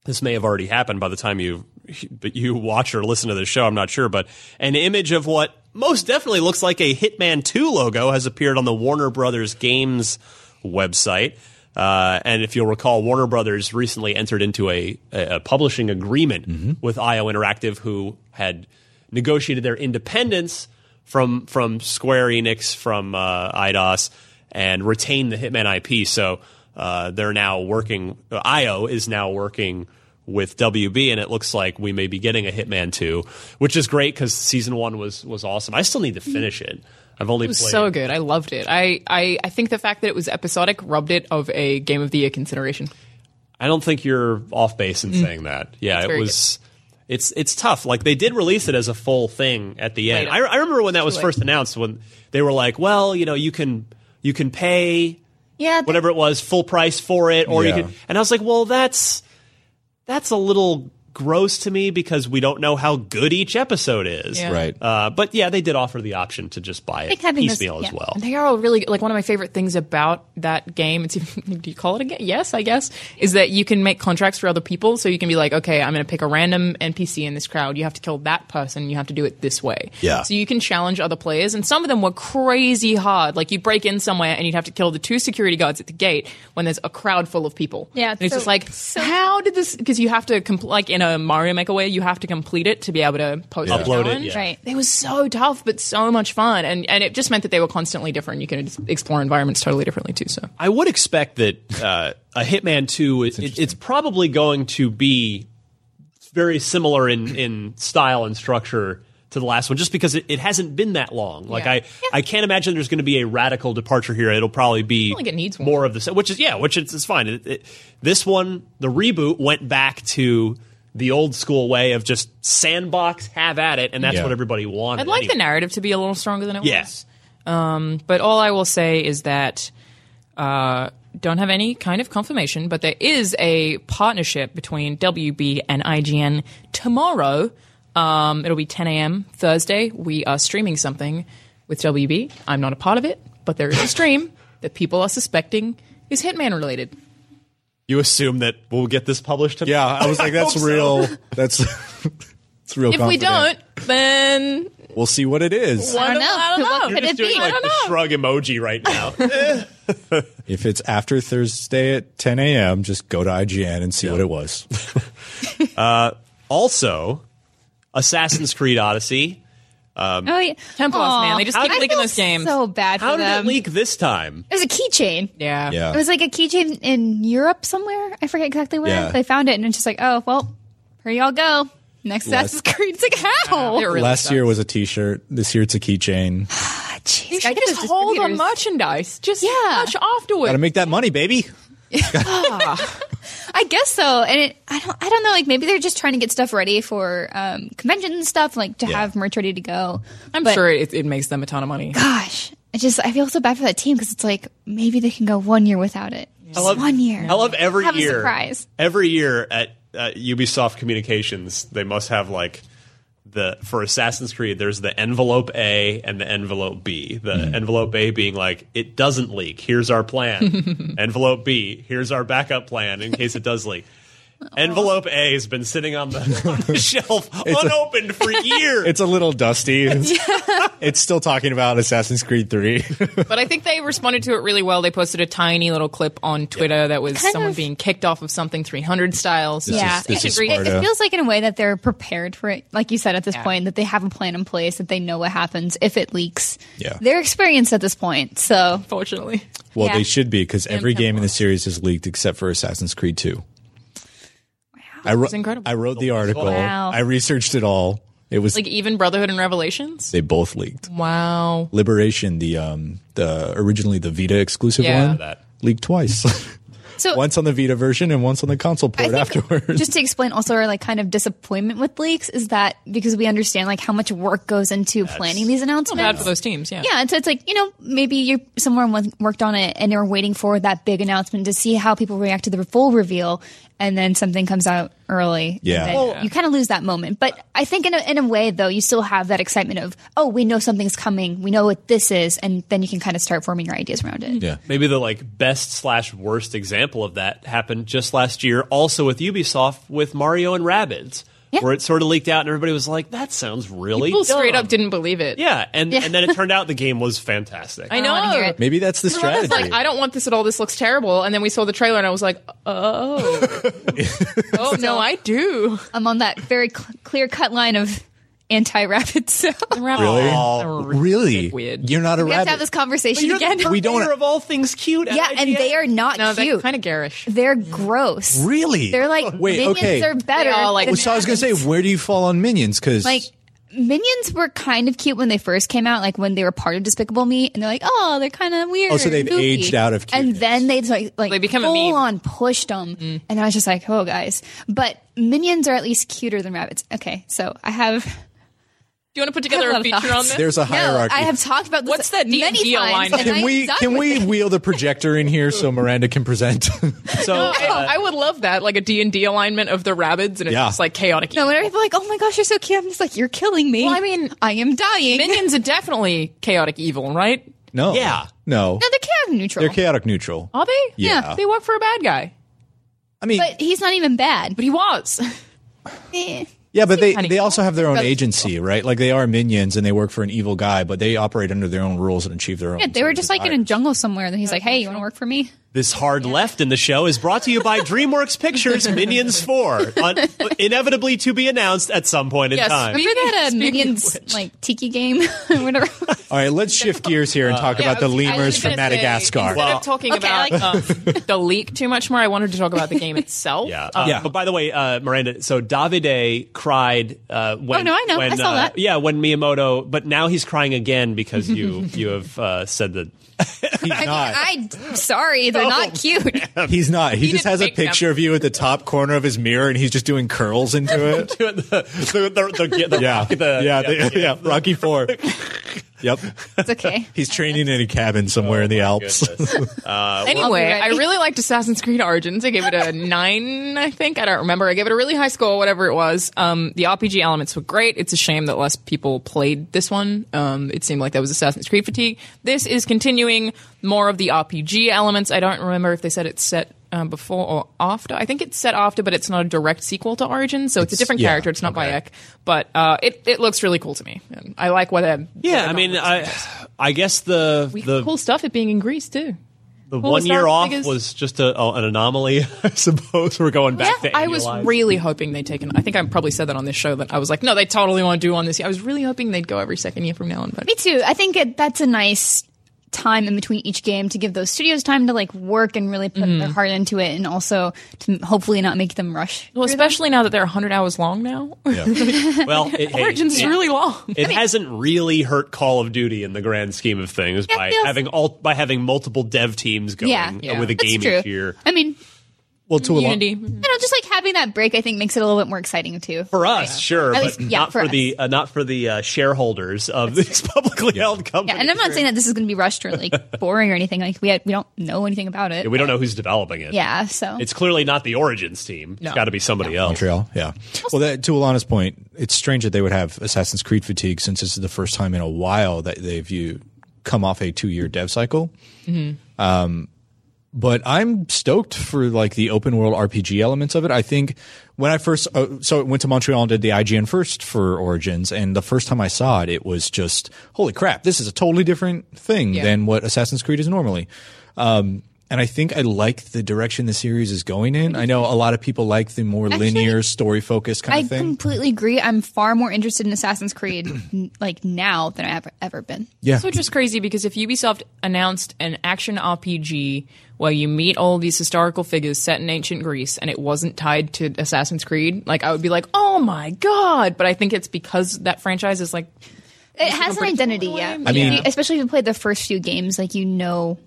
Speaker 1: this may have already happened by the time you, but you watch or listen to this show. I'm not sure, but an image of what most definitely looks like a Hitman 2 logo has appeared on the Warner Brothers Games website. Uh, and if you'll recall, Warner Brothers recently entered into a, a publishing agreement with IO Interactive, who had negotiated their independence from from Square Enix, from uh, IDOS, and retained the Hitman IP. So uh, they're now working. uh, IO is now working with WB, and it looks like we may be getting a Hitman two, which is great because season one was was awesome. I still need to finish it. I've only
Speaker 3: Mm-hmm. was
Speaker 1: played.
Speaker 3: so good. I loved it. I, I, I think the fact that it was episodic rubbed it of a Game of the Year consideration.
Speaker 1: I don't think you're off base in saying that. Yeah, it
Speaker 3: Mm-hmm. very
Speaker 1: was. It's it's tough. Like they did release it as a full thing at the end. I, I remember when that was first announced when they were like, well, you know, you can you can pay
Speaker 4: Yeah. th-
Speaker 1: whatever it was full price for it or
Speaker 2: Yeah.
Speaker 1: you could and I was like, well, that's that's a little gross to me because we don't know how good each episode is.
Speaker 3: Yeah.
Speaker 2: Right.
Speaker 1: Uh, but yeah, they did offer the option to just buy it
Speaker 4: Like having this-
Speaker 1: piecemeal
Speaker 4: yeah.
Speaker 1: as well.
Speaker 3: They are all really like one of my favorite things about that game. It's even, do you call it a game? Yes, I guess is that you can make contracts for other people, so you can be like, okay, I'm going to pick a random NPC in this crowd. You have to kill that person. You have to do it this way.
Speaker 2: Yeah.
Speaker 3: So you can challenge other players, and some of them were crazy hard. Like you'd break in somewhere and you'd have to kill the two security guards at the gate when there's a crowd full of people.
Speaker 4: Yeah,
Speaker 3: And it's
Speaker 4: so-
Speaker 3: just like, how did this? Because you have to compl- like in a Mario Maker way, you have to complete it to be able to post the
Speaker 1: Upload it,
Speaker 3: challenge.
Speaker 1: yeah.
Speaker 4: Right.
Speaker 3: It was so tough, but so much fun, and and it just meant that they were constantly different. You can ex- explore environments totally differently too. So
Speaker 1: I would expect that uh, a Hitman Two, it, it, it's probably going to be very similar in, in style and structure to the last one, just because it, it hasn't been that long. Like
Speaker 3: Yeah.
Speaker 1: I, I can't imagine there's going to be a radical departure here. It'll probably be
Speaker 3: don't think it needs one.
Speaker 1: more of the same, which is yeah, which is, is fine. It, it, this one, the reboot went back to the old school way of just sandbox, have at it, and that's
Speaker 2: Yeah.
Speaker 1: what everybody wanted.
Speaker 3: I'd like the
Speaker 1: anyway.
Speaker 3: narrative to be a little stronger than it
Speaker 1: Yeah.
Speaker 3: was. But all I will say is that uh, don't have any kind of confirmation, but there is a partnership between WB and IGN tomorrow. Um, it'll be 10 a.m. Thursday. We are streaming something with WB. I'm not a part of it, but there is a stream that people are suspecting is Hitman related.
Speaker 1: You assume that we'll get this published today?
Speaker 2: Yeah, I was like, that's
Speaker 1: hope so.
Speaker 2: real. That's it's real.
Speaker 3: If we don't,
Speaker 2: confident.
Speaker 3: then
Speaker 2: we'll see what it is.
Speaker 3: I
Speaker 4: don't know.
Speaker 3: I don't
Speaker 4: What
Speaker 3: know. You're
Speaker 4: could
Speaker 3: just
Speaker 4: it be?
Speaker 3: doing,
Speaker 4: I
Speaker 3: like,
Speaker 4: don't
Speaker 3: the
Speaker 1: Shrug
Speaker 3: shrug.
Speaker 1: emoji right now.
Speaker 2: If it's after Thursday at 10 a.m., just go to IGN and see what it was.
Speaker 1: also, Assassin's Creed Odyssey.
Speaker 4: Oh, yeah.
Speaker 3: Temple House,
Speaker 4: Aw.
Speaker 3: man. They just keep
Speaker 4: I
Speaker 3: leaking
Speaker 4: feel
Speaker 3: those games.
Speaker 4: So bad for
Speaker 1: How did
Speaker 4: them.
Speaker 1: it leak this time?
Speaker 4: It was a keychain.
Speaker 3: Yeah.
Speaker 2: Yeah.
Speaker 4: It was like a keychain in Europe somewhere. I forget exactly where
Speaker 2: Yeah.
Speaker 4: they found it, and it's just like, oh well, here y'all go. Next Assassin's Creed. It's like how?
Speaker 3: It really
Speaker 2: Last
Speaker 3: sucks.
Speaker 2: year was a T-shirt. This year it's a keychain.
Speaker 3: You
Speaker 4: Jeez, gotta
Speaker 3: should
Speaker 4: get
Speaker 3: just
Speaker 4: those
Speaker 3: hold on
Speaker 4: distributors.
Speaker 3: merchandise. Just
Speaker 4: Yeah.
Speaker 3: merch afterwards.
Speaker 2: Gotta make that money, baby.
Speaker 4: I guess so. And it, I don't. I don't know. Like maybe they're just trying to get stuff ready for um, conventions and stuff, like to have merch ready to go.
Speaker 3: I'm
Speaker 4: But-
Speaker 3: sure it, it makes them a ton of money.
Speaker 4: Gosh, I just I feel so bad for that team because it's like maybe they can go one year without it. Just one year.
Speaker 1: I love every
Speaker 4: Have a
Speaker 1: year.
Speaker 4: surprise.
Speaker 1: Every year at, at Ubisoft Communications, they must have like the for Assassin's Creed. There's the envelope A and the envelope B. The envelope A being like it doesn't leak. Here's our plan. envelope B. Here's our backup plan in case it does leak.
Speaker 4: Oh.
Speaker 1: Envelope A has been sitting on the, on the shelf unopened for years.
Speaker 2: It's a little dusty. it's still talking about Assassin's Creed 3.
Speaker 3: But I think they responded to it really well. They posted a tiny little clip on Twitter that was
Speaker 4: Kind
Speaker 3: someone
Speaker 4: of-
Speaker 3: being kicked off of something 300 style. So
Speaker 4: yeah,
Speaker 2: is- this
Speaker 4: it,
Speaker 2: is
Speaker 4: it- it
Speaker 2: Sparta.
Speaker 4: feels like in a way that they're prepared for it. Like you said at this
Speaker 3: Yeah.
Speaker 4: point, that they have a plan in place, that they know what happens if it leaks.
Speaker 2: Yeah.
Speaker 4: they're experienced at this point, so
Speaker 3: Fortunately,
Speaker 2: well,
Speaker 4: Yeah.
Speaker 2: they should be because every game in
Speaker 3: Temple.
Speaker 2: the series is leaked except for Assassin's Creed 2. I, wrote.
Speaker 3: It's incredible.
Speaker 2: I wrote the article.
Speaker 4: Wow.
Speaker 2: I researched it all. It was
Speaker 3: like even Brotherhood and Revelations.
Speaker 2: they both leaked.
Speaker 3: Wow.
Speaker 2: Liberation, the um the originally the Vita exclusive
Speaker 3: Yeah.
Speaker 2: one,
Speaker 1: That.
Speaker 2: leaked twice.
Speaker 4: so
Speaker 2: once on the Vita version and once on the console
Speaker 4: I
Speaker 2: port
Speaker 4: think
Speaker 2: afterwards.
Speaker 4: Just to explain also our like kind of disappointment with leaks is that because we understand like how much work goes into planning these announcements.
Speaker 3: Bad for those teams. Yeah.
Speaker 4: Yeah, and so it's like you know maybe you someone wa- worked on it and they were waiting for that big announcement to see how people react to the full reveal, and then something comes out early.
Speaker 2: Yeah.
Speaker 4: and then
Speaker 2: Well-
Speaker 4: you kind of lose that moment. But I think in a, in a way though, you still have that excitement of oh, we know something's coming, we know what this is, and then you can kind of start forming your ideas around it.
Speaker 2: yeah.
Speaker 1: maybe the like best slash worst example of that happened just last year also with ubisoft with mario and rabbids
Speaker 4: Yeah.
Speaker 1: where it sort of leaked out and everybody was like that sounds really
Speaker 3: People
Speaker 1: dumb."
Speaker 3: straight up didn't believe it.
Speaker 1: yeah and, and then it turned out the game was fantastic
Speaker 3: I know.
Speaker 4: wanna hear it.
Speaker 2: Maybe that's the
Speaker 3: I was
Speaker 2: strategy.
Speaker 3: like, I don't want this at all. This looks terrible. And then we saw the trailer, and I was like, oh, oh no, I do.
Speaker 4: I'm on that very cl- clear cut line of anti rapid. So we
Speaker 2: really?
Speaker 3: Oh,
Speaker 2: really?
Speaker 3: Weird.
Speaker 2: You're not a
Speaker 4: have
Speaker 2: rabbit.
Speaker 4: to have this conversation
Speaker 1: You're the
Speaker 4: again.
Speaker 2: We don't-
Speaker 1: purveyor of all things cute at
Speaker 4: yeah, and
Speaker 1: IGN.
Speaker 4: they are not
Speaker 3: No, they're
Speaker 4: cute.
Speaker 3: kind of garish.
Speaker 4: They're gross.
Speaker 2: Really?
Speaker 4: They're like
Speaker 2: Wait,
Speaker 4: minions
Speaker 2: okay.
Speaker 4: are better.
Speaker 3: They are like-
Speaker 4: than
Speaker 2: so I was gonna say,
Speaker 4: rabbits.
Speaker 2: where do you fall on minions? Because
Speaker 4: like minions were kind of cute when they first came out, like when they were part of Despicable Me, and they're like, oh, they're kind of weird.
Speaker 2: Oh, so they've
Speaker 4: and goofy.
Speaker 2: aged out of
Speaker 4: and
Speaker 2: cuteness.
Speaker 4: then they like like
Speaker 3: They become a
Speaker 4: full
Speaker 3: meme. Mm.
Speaker 4: on pushed them, and I was just like, oh, guys. But minions are at least cuter than rabbits. Okay, so I have
Speaker 3: Do you want to put
Speaker 4: I
Speaker 3: together a
Speaker 4: have a
Speaker 3: feature
Speaker 4: lot of
Speaker 3: on
Speaker 4: thoughts.
Speaker 3: this?
Speaker 2: there's a hierarchy.
Speaker 4: No, I have talked about this
Speaker 3: What's that
Speaker 4: many
Speaker 3: D&D
Speaker 4: times,
Speaker 3: alignment?
Speaker 4: and
Speaker 3: Can
Speaker 4: I'm
Speaker 2: can we
Speaker 4: done
Speaker 2: can
Speaker 4: with
Speaker 2: we
Speaker 4: it.
Speaker 2: wheel the projector in here so Miranda can present?
Speaker 1: so uh,
Speaker 3: Oh, I would love that, like a D and D alignment of the rabbits, and it's
Speaker 2: Yeah.
Speaker 3: just like chaotic.
Speaker 4: No, whenever people are like, oh my gosh, you're so cute, I'm just like, you're killing me.
Speaker 3: Well, I mean-
Speaker 4: I am dying.
Speaker 3: Minions are definitely chaotic evil, right?
Speaker 2: no.
Speaker 1: Yeah.
Speaker 2: No.
Speaker 4: no, they're chaotic neutral.
Speaker 2: They're chaotic neutral.
Speaker 3: Are they?
Speaker 2: Yeah. Yeah.
Speaker 3: They work for a bad guy.
Speaker 2: I mean,
Speaker 4: but he's not even bad.
Speaker 3: But he was.
Speaker 4: Eh.
Speaker 2: yeah, but they
Speaker 3: honey.
Speaker 2: they also have their own
Speaker 4: Brothers.
Speaker 2: agency, right? Like they are minions and they work for an evil guy, but they operate under their own rules and achieve their own.
Speaker 4: Yeah, they were
Speaker 2: sort of
Speaker 4: just like in a
Speaker 2: desires.
Speaker 4: jungle somewhere. Then he's like, "Hey, you want to work for me?"
Speaker 1: this hard left in the show is brought to you by dreamworks pictures minions 4 on, inevitably to be announced at some point in
Speaker 3: Yes.
Speaker 1: time
Speaker 4: Remember that uh,
Speaker 3: Speaking of
Speaker 4: minions like tiki game or whatever?
Speaker 2: All right, let's shift gears here and talk about the lemurs from Madagascar.
Speaker 3: instead of talking about um, the Oh, leak too much more, I wanted to talk about the game itself.
Speaker 1: Yeah. Uh,
Speaker 2: Yeah.
Speaker 1: But by the way, uh, Miranda, so Davide cried uh, when.
Speaker 4: Oh, no, I know.
Speaker 1: When,
Speaker 4: I saw
Speaker 1: uh,
Speaker 4: that.
Speaker 1: Yeah, when Miyamoto. But now he's crying again because you you have uh, said that.
Speaker 2: he's not.
Speaker 4: I sorry, they're not cute.
Speaker 2: he's not. He, just
Speaker 3: didn't
Speaker 2: has a
Speaker 3: make them.
Speaker 2: picture of you at the top corner of his mirror, and he's just doing curls into it.
Speaker 1: the, the, the, the,
Speaker 2: yeah.
Speaker 1: the-
Speaker 2: yeah. they- yeah. Rocky Four. Yep.
Speaker 4: It's okay.
Speaker 2: He's training in a cabin somewhere in the Alps.
Speaker 3: Anyway,
Speaker 4: I'll be
Speaker 3: I
Speaker 4: ready.
Speaker 3: really liked Assassin's Creed Origins. I gave it a nine, I think. I don't remember. I gave it a really high score, whatever it was. Um, the RPG elements were great. It's a shame that less people played this one. Um, it seemed like that was Assassin's Creed fatigue. This is continuing more of the RPG elements. I don't remember if they said it's set um, before or after. I think it's set after, but it's not a direct sequel to Origins, so it's, a different
Speaker 2: yeah,
Speaker 3: character. It's not Bayek, but uh, it it looks really cool to me. And I like what that.
Speaker 1: yeah, I mean, I, I guess the the,
Speaker 3: cool stuff. It being in Greece too.
Speaker 1: the one
Speaker 3: stuff,
Speaker 1: year off
Speaker 3: biggest-
Speaker 1: was just a, a- an anomaly, I suppose. We're going back to
Speaker 3: I was
Speaker 1: annualized.
Speaker 3: really hoping they'd take an. I think I probably said that on this show that I was like, no, they totally want to do one this year. I was really hoping they'd go every second year from now on. But
Speaker 4: Me too. I think it, that's a nice time in between each game to give those studios time to like work and really put their heart into it, and also to hopefully not make them rush.
Speaker 3: well, especially now that they're 100 hours long now.
Speaker 1: well. It, hey,
Speaker 3: Origins is
Speaker 1: it-
Speaker 3: really long.
Speaker 1: It hasn't really hurt Call of Duty in the grand scheme of things by
Speaker 4: feels-
Speaker 1: having all by having multiple dev teams going uh,
Speaker 4: Yeah,
Speaker 3: Yeah.
Speaker 1: with a
Speaker 4: That's
Speaker 1: game
Speaker 4: true.
Speaker 1: each year.
Speaker 4: I mean,
Speaker 2: well, to a lot.
Speaker 3: Unity.
Speaker 4: you know, just like having that break, I think makes it a little bit more exciting too.
Speaker 1: For us, sure,
Speaker 4: At
Speaker 1: but
Speaker 4: least- yeah,
Speaker 1: not for,
Speaker 4: for
Speaker 1: the uh, not for the uh, shareholders of these publicly held
Speaker 4: Yeah,
Speaker 1: companies.
Speaker 4: and I'm not saying that this is going to be rushed or like boring or anything. Like we had, we don't know anything about it.
Speaker 1: we don't know who's developing it.
Speaker 4: Yeah, so
Speaker 1: It's clearly not the Origins team. It's
Speaker 3: No.
Speaker 1: got to be somebody else.
Speaker 2: Montreal, yeah. Well, that, to Alana's point, it's strange that they would have Assassin's Creed fatigue since this is the first time in a while that they've you come off a two-year dev cycle. but I'm stoked for like the open world RPG elements of it. I think when I first uh, so I went to Montreal and did the IGN first for Origins, and the first time I saw it, it was just holy crap! This is a totally different thing than what Assassin's Creed is normally. Um, and I think I like the direction the series is going in. I know a lot of people like the more linear, story focused kind
Speaker 4: I
Speaker 2: of thing.
Speaker 4: completely agree. I'm far more interested in Assassin's Creed n- like now than I have ever been.
Speaker 2: yeah,
Speaker 3: It's just crazy because if Ubisoft announced an action RPG where you meet all these historical figures set in ancient Greece and it wasn't tied to Assassin's Creed, like I would be like, oh my god! But I think it's because that franchise is like
Speaker 4: It has an identity, yeah.
Speaker 2: I mean-
Speaker 4: If you- especially if you played the first few games, like you know,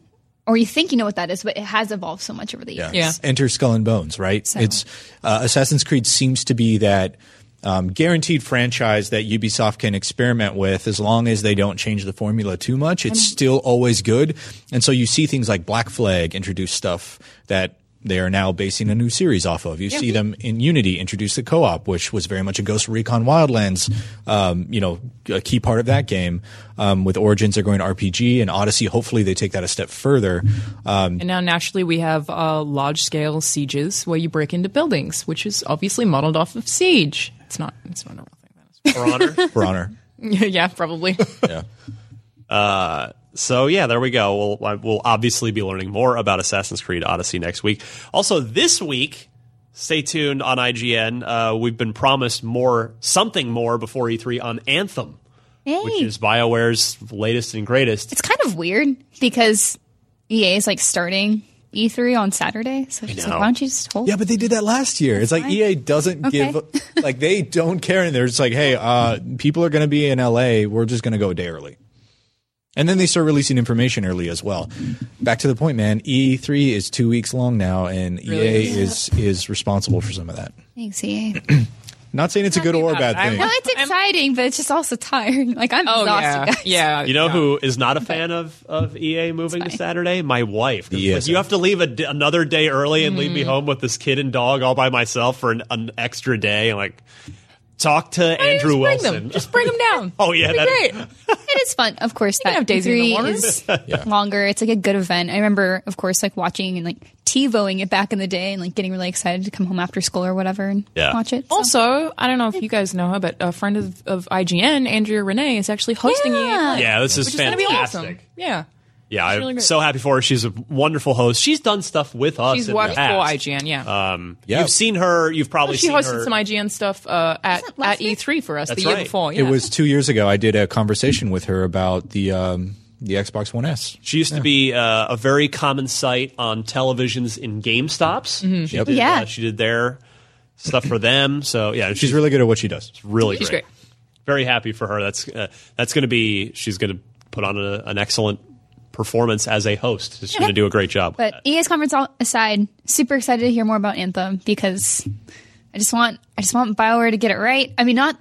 Speaker 4: or you think you know what that is, but it has evolved so much over the years.
Speaker 3: Yeah.
Speaker 2: Enter Skull and Bones, right? It's uh, Assassin's Creed seems to be that um, guaranteed franchise that Ubisoft can experiment with as long as they don't change the formula too much. It's still always good, and so you see things like Black Flag introduce stuff that. They are now basing a new series off of. You see them in Unity introduce the co-op, which was very much a Ghost Recon Wildlands, um, you know, a key part of that game. Um, with Origins, they're going RPG and Odyssey. Hopefully, they take that a step further.
Speaker 3: And now naturally we have uh, large scale sieges where you break into buildings, which is obviously modeled off of Siege. It's not. It's not a real thing.
Speaker 1: For honor.
Speaker 2: For honor,
Speaker 3: yeah, probably.
Speaker 2: yeah.
Speaker 1: So yeah, there we go. We'll we'll obviously be learning more about Assassin's Creed Odyssey next week. Also, this week, stay tuned on IGN. Uh, we've been promised more, something more before E3 on Anthem, which is BioWare's latest and greatest.
Speaker 4: It's kind of weird because EA is like starting E3 on Saturday, so it's like,
Speaker 1: know.
Speaker 4: why don't you just hold?
Speaker 2: Yeah, but they did that last year. It's like EA doesn't
Speaker 4: Okay.
Speaker 2: give like they don't care and they're just like, "Hey, uh people are going to be in LA. We're just going to go a day early." And then they start releasing information early as well. Back to the point, man. E3 is 2 weeks long now and EA is is responsible for some of that.
Speaker 4: Thanks, EA. no,
Speaker 2: Not saying it's a good or a
Speaker 3: about
Speaker 2: bad
Speaker 3: it. I
Speaker 2: thing.
Speaker 3: want-
Speaker 4: E it's exciting, but it's just also tiring. Like I'm
Speaker 3: oh
Speaker 4: exhausted,
Speaker 3: yeah,
Speaker 4: guys.
Speaker 3: yeah.
Speaker 1: You know who is not a fan of, of EA moving to Saturday? My wife. 'Cause,
Speaker 2: Yes.
Speaker 1: like, you have to leave a d another day early and leave me
Speaker 3: Mm.
Speaker 1: home with this kid and dog all by myself for an, an extra day. And like, talk to Andrew
Speaker 3: just bring
Speaker 1: Wilson.
Speaker 3: them. Just bring them down.
Speaker 1: Oh, yeah,
Speaker 3: It'd be
Speaker 1: that-
Speaker 3: great.
Speaker 4: It is fun, of course.
Speaker 3: can
Speaker 4: That
Speaker 3: have Daisy in the
Speaker 4: E3
Speaker 3: water.
Speaker 4: is longer. It's like a good event. I remember, of course, like watching and like TiVoing it back in the day, and like getting really excited to come home after school or whatever and
Speaker 1: Yeah.
Speaker 4: watch it. So.
Speaker 3: Also, I don't know if you guys know her, but a friend of, of IGN, Andrea Renee, is actually hosting
Speaker 4: Yeah.
Speaker 3: EA.
Speaker 1: Yeah, this is
Speaker 3: It's gonna be
Speaker 1: fantastic.
Speaker 3: awesome. Yeah.
Speaker 1: Yeah, I'm
Speaker 3: really great.
Speaker 1: so happy for her. She's a wonderful host. She's done stuff with us.
Speaker 3: She's
Speaker 1: in
Speaker 3: worked
Speaker 1: the
Speaker 3: for
Speaker 1: past.
Speaker 3: IGN, yeah.
Speaker 2: Yeah.
Speaker 1: You've seen her. You've probably
Speaker 3: Oh, she
Speaker 1: Uh, seen
Speaker 3: hosted
Speaker 1: her.
Speaker 3: some IGN stuff uh, at, at
Speaker 4: last week?
Speaker 3: E3 for us
Speaker 1: That's
Speaker 3: the year
Speaker 1: right.
Speaker 3: before.
Speaker 2: It
Speaker 3: Yeah.
Speaker 2: was 2 years ago I did a conversation with her about the um the Xbox One S.
Speaker 1: she used to be uh, a very common sight on televisions in GameStops.
Speaker 3: Mm-hmm.
Speaker 1: She did,
Speaker 4: Yeah.
Speaker 1: uh, she did their stuff for them. So yeah, she's
Speaker 2: She's really good at what she does.
Speaker 1: really
Speaker 3: She's
Speaker 1: great.
Speaker 3: great.
Speaker 1: Very happy for her. That's uh, that's going to be. She's going to put on a, an excellent performance as a host. She's going to do a great job.
Speaker 4: But EA's conference all aside, super excited to hear more about Anthem because I just want I just want Bioware to get it right. I mean, not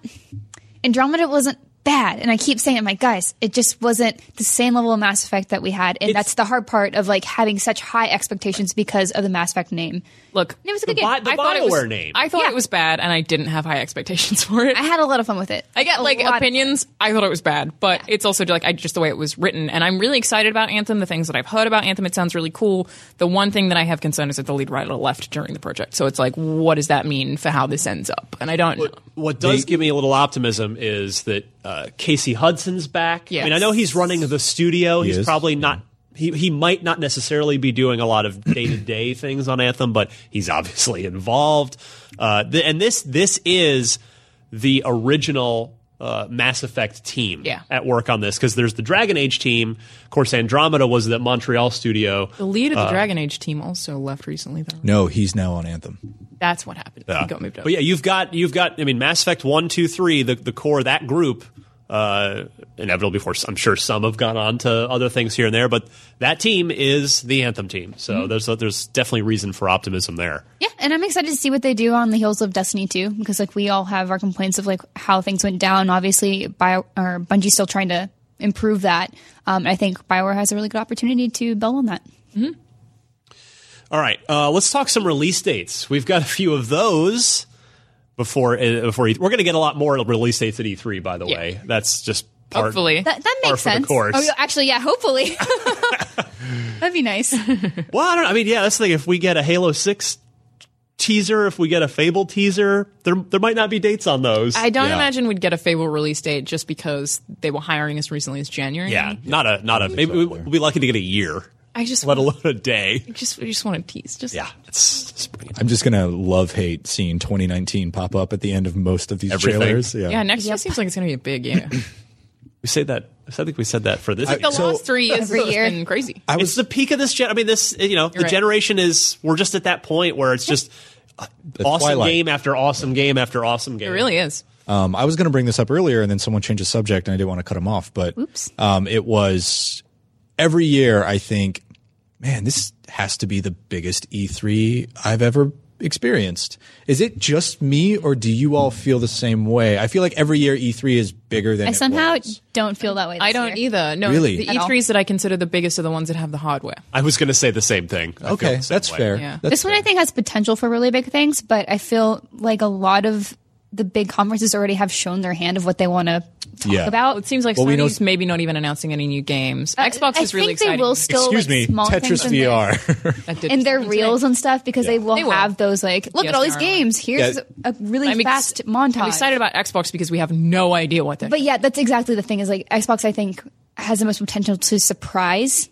Speaker 4: Andromeda wasn't bad. And I keep saying, I'm like, guys, it just wasn't the same level of Mass Effect that we had. And
Speaker 1: It's-
Speaker 4: that's the hard part of like having such high expectations because of the Mass Effect name.
Speaker 3: Look,
Speaker 4: And it was a good
Speaker 1: Bi-
Speaker 4: game.
Speaker 1: the
Speaker 3: I thought it was-
Speaker 1: Bioware name.
Speaker 3: I thought
Speaker 4: Yeah.
Speaker 3: it was bad, and I didn't have high expectations for it.
Speaker 4: I had a lot of fun with it.
Speaker 3: I get
Speaker 4: A
Speaker 3: like
Speaker 4: lot of-
Speaker 3: opinions. I thought it was bad, but it's also like I just the way it was written. And I'm really excited about Anthem. The things that I've heard about Anthem, it sounds really cool. The one thing that I have concern is that the lead writer left during the project. So it's like, what does that mean for how this ends up? And I don't. know.
Speaker 1: What does give me a little optimism is that uh, Casey Hudson's back. I mean, I know he's running the studio. he's
Speaker 2: is,
Speaker 1: probably not. He, he might not necessarily be doing a lot of day to day things on Anthem, but he's obviously involved. Uh, th- and this this is the original uh, Mass Effect team
Speaker 3: Yeah.
Speaker 1: at work on this because there's the Dragon Age team. Of course, Andromeda was the Montreal studio.
Speaker 3: The lead of the Dragon Age team also left recently, though.
Speaker 2: No, he's now on Anthem.
Speaker 3: That's what happened. He got moved up.
Speaker 1: But yeah, you've got you've got I mean Mass Effect one, two, three, the the core that group. Uh, inevitable before I'm sure some have gone on to other things here and there, but that team is the anthem team. So
Speaker 3: Mm-hmm.
Speaker 1: there's there's definitely reason for optimism there.
Speaker 4: Yeah, and I'm excited to see what they do on the heels of Destiny 2 because like we all have our complaints of like how things went down. Obviously, Bio or Bungie's still trying to improve that. Um, I think Bioware has a really good opportunity to build on that.
Speaker 1: All right, uh, let's talk some release dates. We've got a few of those before uh, before E3. we're going to get a lot more release dates at E3. By the way, that's just part.
Speaker 3: Hopefully.
Speaker 4: That, that
Speaker 1: Par
Speaker 4: makes
Speaker 1: for the
Speaker 4: sense.
Speaker 1: course.
Speaker 4: Oh, yeah, actually, yeah, hopefully. That'd be nice.
Speaker 1: Well, I don't. know. I mean, yeah, that's the thing. If we get a Halo Six teaser, if we get a Fable teaser, there there might not be dates on those.
Speaker 3: I don't
Speaker 2: Yeah.
Speaker 3: imagine we'd get a Fable release date just because they were hiring as recently as January.
Speaker 1: Yeah, not a not a. Maybe we- we'll be lucky to get a year,
Speaker 3: I just
Speaker 1: let
Speaker 3: want
Speaker 1: alone a day.
Speaker 3: just we just want to tease. Just
Speaker 1: Yeah, it's, it's bring it.
Speaker 2: I'm just gonna love hate seeing 2019 pop up at the end of most of these
Speaker 1: Everything.
Speaker 2: trailers. Yeah.
Speaker 3: yeah. Next year seems like it's gonna be a big year.
Speaker 1: We say that. I think we said that for this.
Speaker 3: the
Speaker 2: So-
Speaker 3: last three years
Speaker 4: Every
Speaker 3: has
Speaker 4: year.
Speaker 3: been crazy.
Speaker 2: I
Speaker 1: it's
Speaker 2: was
Speaker 1: the peak of this gen. I mean, this you know the
Speaker 3: right.
Speaker 1: generation is. We're just at that point where it's just uh, awesome
Speaker 2: twilight.
Speaker 1: game after awesome game after awesome game.
Speaker 3: It really is.
Speaker 2: um, I was going to bring this up earlier, and then someone changed the subject, and I didn't want to cut him off. But Um, it was every year. I think, man, this has to be the biggest E3 I've ever experienced. Is it just me, or do you all feel the same way? I feel like every year E3 is bigger than
Speaker 4: I
Speaker 2: it
Speaker 4: somehow
Speaker 2: was.
Speaker 4: don't feel that way.
Speaker 3: I
Speaker 4: this
Speaker 3: don't
Speaker 4: year.
Speaker 3: either. No,
Speaker 2: Really?
Speaker 3: the
Speaker 2: At
Speaker 4: all.
Speaker 3: E3s that I consider the biggest are the ones that have the hardware.
Speaker 1: I was going to say the same thing. I feel
Speaker 2: Okay,
Speaker 1: the same
Speaker 2: that's
Speaker 1: way.
Speaker 2: fair.
Speaker 3: Yeah.
Speaker 2: That's
Speaker 4: This one I think has potential for really big things, but I feel like a lot of the big conferences already have shown their hand of what they want to talk
Speaker 2: Yeah.
Speaker 4: about.
Speaker 3: Oh, It seems like
Speaker 2: Well, we know-
Speaker 3: Sony's maybe not even announcing any new games. Xbox
Speaker 4: I
Speaker 3: is really
Speaker 4: think
Speaker 3: exciting.
Speaker 4: they will still
Speaker 2: Excuse
Speaker 4: like,
Speaker 2: me,
Speaker 4: small things
Speaker 2: Tetris
Speaker 4: in there.
Speaker 2: VR.
Speaker 3: That did
Speaker 4: and their
Speaker 3: something today.
Speaker 4: reels and stuff because they will
Speaker 3: They will.
Speaker 4: have those like look at all these
Speaker 3: PSVR.
Speaker 4: games. Here's
Speaker 2: Yeah.
Speaker 4: a really
Speaker 3: I'm ex-
Speaker 4: fast montage.
Speaker 3: I'm excited about Xbox because we have no idea what they're.
Speaker 4: but yeah, that's exactly the thing. Is like Xbox, I think has the most potential to surprise.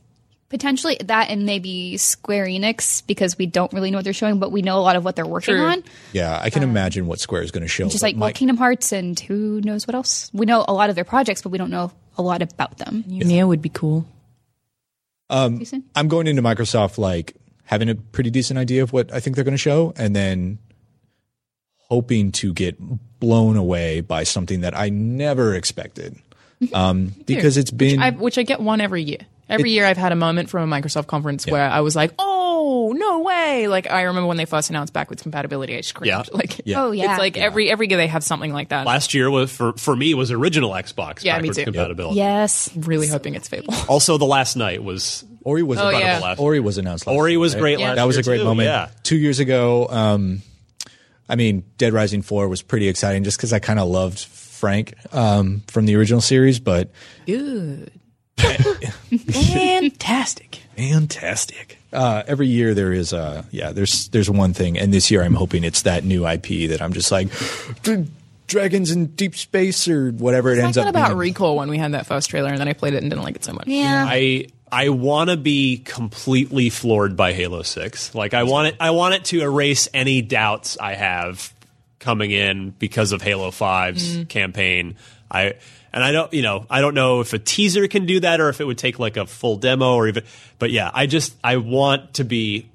Speaker 4: Potentially that and maybe Square Enix because we don't really know what they're showing, but we know a lot of what they're working
Speaker 3: True.
Speaker 4: on.
Speaker 2: yeah, I can imagine what Square is going to show.
Speaker 4: Just
Speaker 2: but
Speaker 4: like
Speaker 2: my-
Speaker 4: well, Kingdom Hearts and who knows what else. We know a lot of their projects, but we don't know a lot about them.
Speaker 3: New Neo would be cool.
Speaker 2: I'm going into Microsoft like having a pretty decent idea of what I think they're going to show, and then hoping to get blown away by something that I never expected. Um, because it's been
Speaker 3: I, which I get one every year. Every year I've had a moment from a Microsoft conference where I was like, "Oh, no way!" Like I remember when they first announced backwards compatibility, I screamed.
Speaker 1: Yeah.
Speaker 3: Like,
Speaker 4: Oh yeah,
Speaker 3: it's like every every year they have something like that. I'm
Speaker 1: Last year was for for me was original Xbox
Speaker 3: Yeah, me
Speaker 1: backwards
Speaker 3: too.
Speaker 1: compatibility.
Speaker 4: yes.
Speaker 3: really hoping it's Fable.
Speaker 1: Also, the last night was
Speaker 2: Ori was
Speaker 3: Oh,
Speaker 2: incredible
Speaker 3: yeah.
Speaker 2: last- Ori was announced. Last
Speaker 1: Ori
Speaker 2: year,
Speaker 1: was
Speaker 2: right?
Speaker 1: great last
Speaker 2: That was
Speaker 1: year
Speaker 2: a great
Speaker 1: too,
Speaker 2: moment.
Speaker 1: yeah.
Speaker 2: Two years ago, um, I mean, Dead Rising Four was pretty exciting just because I kind of loved Frank um, from the original series, but
Speaker 3: Good. Fantastic.
Speaker 2: Fantastic. Uh, every year there is a yeah. There's there's one thing, and this year I'm hoping it's that new IP that I'm just like, "Dra- dragons in deep space or whatever it ends
Speaker 3: I
Speaker 2: up
Speaker 3: thought about
Speaker 2: being.
Speaker 3: Recall when we had that first trailer, and then I played it and didn't like it so much.
Speaker 4: Yeah.
Speaker 1: I I want to be completely floored by Halo Six. Like I want it. I want it to erase any doubts I have coming in because of Halo 5's campaign. I and I don't. You know, I don't know if a teaser can do that or if it would take like a full demo or even. But yeah, I just I want to be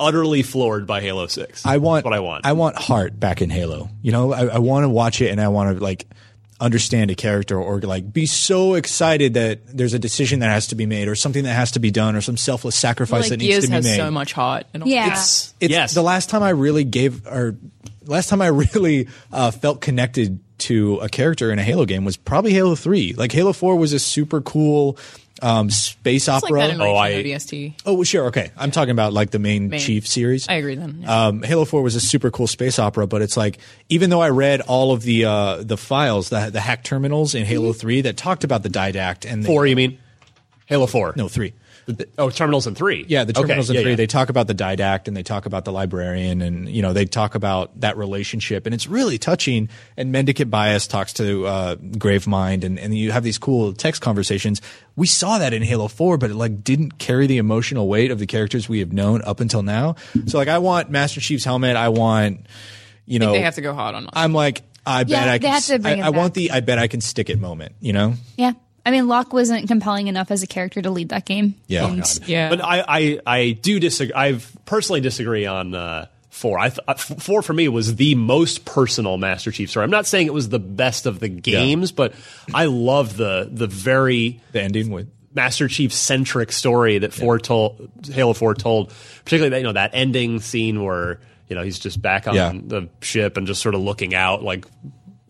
Speaker 1: utterly floored by Halo Six.
Speaker 2: I want
Speaker 1: That's what I want.
Speaker 2: I want heart back in Halo. You know, I, I want to watch it and I want to like understand a character or like be so excited that there's a decision that has to be made or something that has to be done or some selfless sacrifice
Speaker 3: Like
Speaker 2: that needs
Speaker 3: Gears
Speaker 2: to be
Speaker 3: has
Speaker 2: made.
Speaker 3: so much heart. And all
Speaker 4: Yeah.
Speaker 1: yes.
Speaker 2: it's
Speaker 1: yes.
Speaker 2: the last time I really gave or last time I really uh, felt connected to a character in a Halo game was probably Halo Three. Like Halo Four was a super cool um, space
Speaker 3: It's like
Speaker 2: opera.
Speaker 3: that in
Speaker 1: Oh,
Speaker 3: oh,
Speaker 1: I-
Speaker 3: ODST.
Speaker 2: Oh, well, sure. Okay. I'm talking about like the main,
Speaker 3: Main.
Speaker 2: Chief series.
Speaker 3: I agree then. yeah.
Speaker 2: Um, Halo 4 was a super cool space opera, but it's like, even though I read all of the, uh, the files, the, the hack terminals in Halo
Speaker 3: Mm-hmm.
Speaker 2: 3 that talked about the didact and the,
Speaker 1: Four, you mean? Halo Four.
Speaker 2: no, 3.
Speaker 1: Oh, Terminals and Three.
Speaker 2: Yeah, the
Speaker 1: Okay,
Speaker 2: terminals
Speaker 1: yeah,
Speaker 2: in three.
Speaker 1: yeah.
Speaker 2: They talk about the didact and they talk about the librarian, and you know they talk about that relationship, and it's really touching. And Mendicant Bias talks to uh, Gravemind, and and you have these cool text conversations. We saw that in Halo Four, but it like didn't carry the emotional weight of the characters we have known up until now. So like, I want Master Chief's helmet. I want, you know,
Speaker 3: they have to go hard on us.
Speaker 2: I'm like, I bet
Speaker 4: Yeah,
Speaker 2: I
Speaker 4: they
Speaker 2: can.
Speaker 4: have to
Speaker 2: s-
Speaker 4: bring
Speaker 2: I,
Speaker 4: it
Speaker 2: I want
Speaker 4: back.
Speaker 2: the I bet I can stick it moment. You know,
Speaker 4: Yeah. I mean, Locke wasn't compelling enough as a character to lead that game.
Speaker 2: Yeah. Oh,
Speaker 4: And-
Speaker 2: God.
Speaker 3: yeah.
Speaker 1: But I, I, I do disagree. I personally disagree on uh, four. I th- uh, f- four for me was the most personal Master Chief story. I'm not saying it was the best of the games, but I love the the very
Speaker 2: the ending with
Speaker 1: Master Chief centric story that four told Halo Four told, particularly that you know that ending scene where you know he's just back on
Speaker 2: Yeah.
Speaker 1: the ship and just sort of looking out like.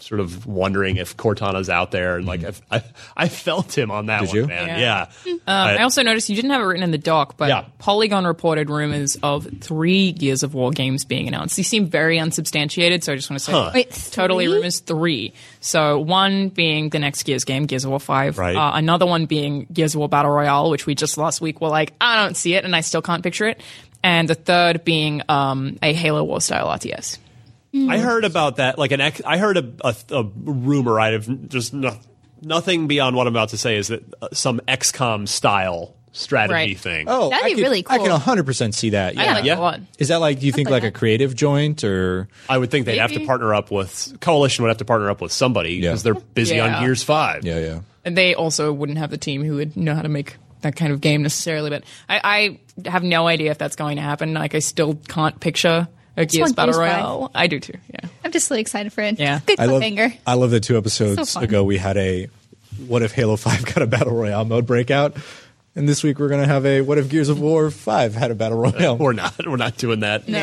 Speaker 1: Sort of wondering if Cortana's out there, and like I, I, I felt him on that one,
Speaker 2: Mm-hmm. you?
Speaker 1: man. Yeah,
Speaker 3: Yeah. Um, I also noticed you didn't have it written in the doc, but
Speaker 1: Yeah.
Speaker 3: Polygon reported rumors of three Gears of War games being announced. These seem very unsubstantiated, so I just want to say
Speaker 4: Wait,
Speaker 3: totally
Speaker 4: three?
Speaker 3: rumors three. So one being the next Gears game, Gears of War Five.
Speaker 1: Right.
Speaker 3: Uh, another one being Gears of War Battle Royale, which we just last week were like, I don't see it, and I still can't picture it. And the third being um, a Halo War style RTS.
Speaker 1: I heard about that. Like an, ex- I heard a, a, a rumor. I have just no, nothing beyond what I'm about to say is that uh, some XCOM style strategy
Speaker 3: Right.
Speaker 1: thing.
Speaker 2: Oh,
Speaker 4: That'd
Speaker 2: I
Speaker 4: be
Speaker 2: could-
Speaker 4: really
Speaker 2: I can
Speaker 4: cool.
Speaker 2: 100% see that. Yeah.
Speaker 3: I like
Speaker 1: Yeah.
Speaker 3: that a lot.
Speaker 2: Is that like do you think
Speaker 4: play
Speaker 2: like a
Speaker 4: that.
Speaker 2: creative joint or
Speaker 1: I would think they'd have to
Speaker 3: Maybe.
Speaker 1: partner up with Coalition would have to partner up with somebody
Speaker 2: Yeah.
Speaker 1: because they're busy on
Speaker 3: Yeah.
Speaker 1: Gears Five.
Speaker 2: yeah.
Speaker 3: And they also wouldn't have the team who would know how to make that kind of game necessarily. But I, I have no idea if that's going to happen. Like I still can't picture a Gears
Speaker 4: want
Speaker 3: Battle
Speaker 4: Gears five.
Speaker 3: Royale. I do too. Yeah.
Speaker 4: I'm just really excited for it.
Speaker 3: Yeah.
Speaker 4: Good
Speaker 2: I love
Speaker 4: cliffhanger.
Speaker 2: I love that two episodes
Speaker 4: So fun.
Speaker 2: ago we had a what if Halo 5 got a battle royale mode breakout and this week we're going to have a what if Gears of War 5 had a battle royale.
Speaker 1: We're not. We're not doing that.
Speaker 3: No.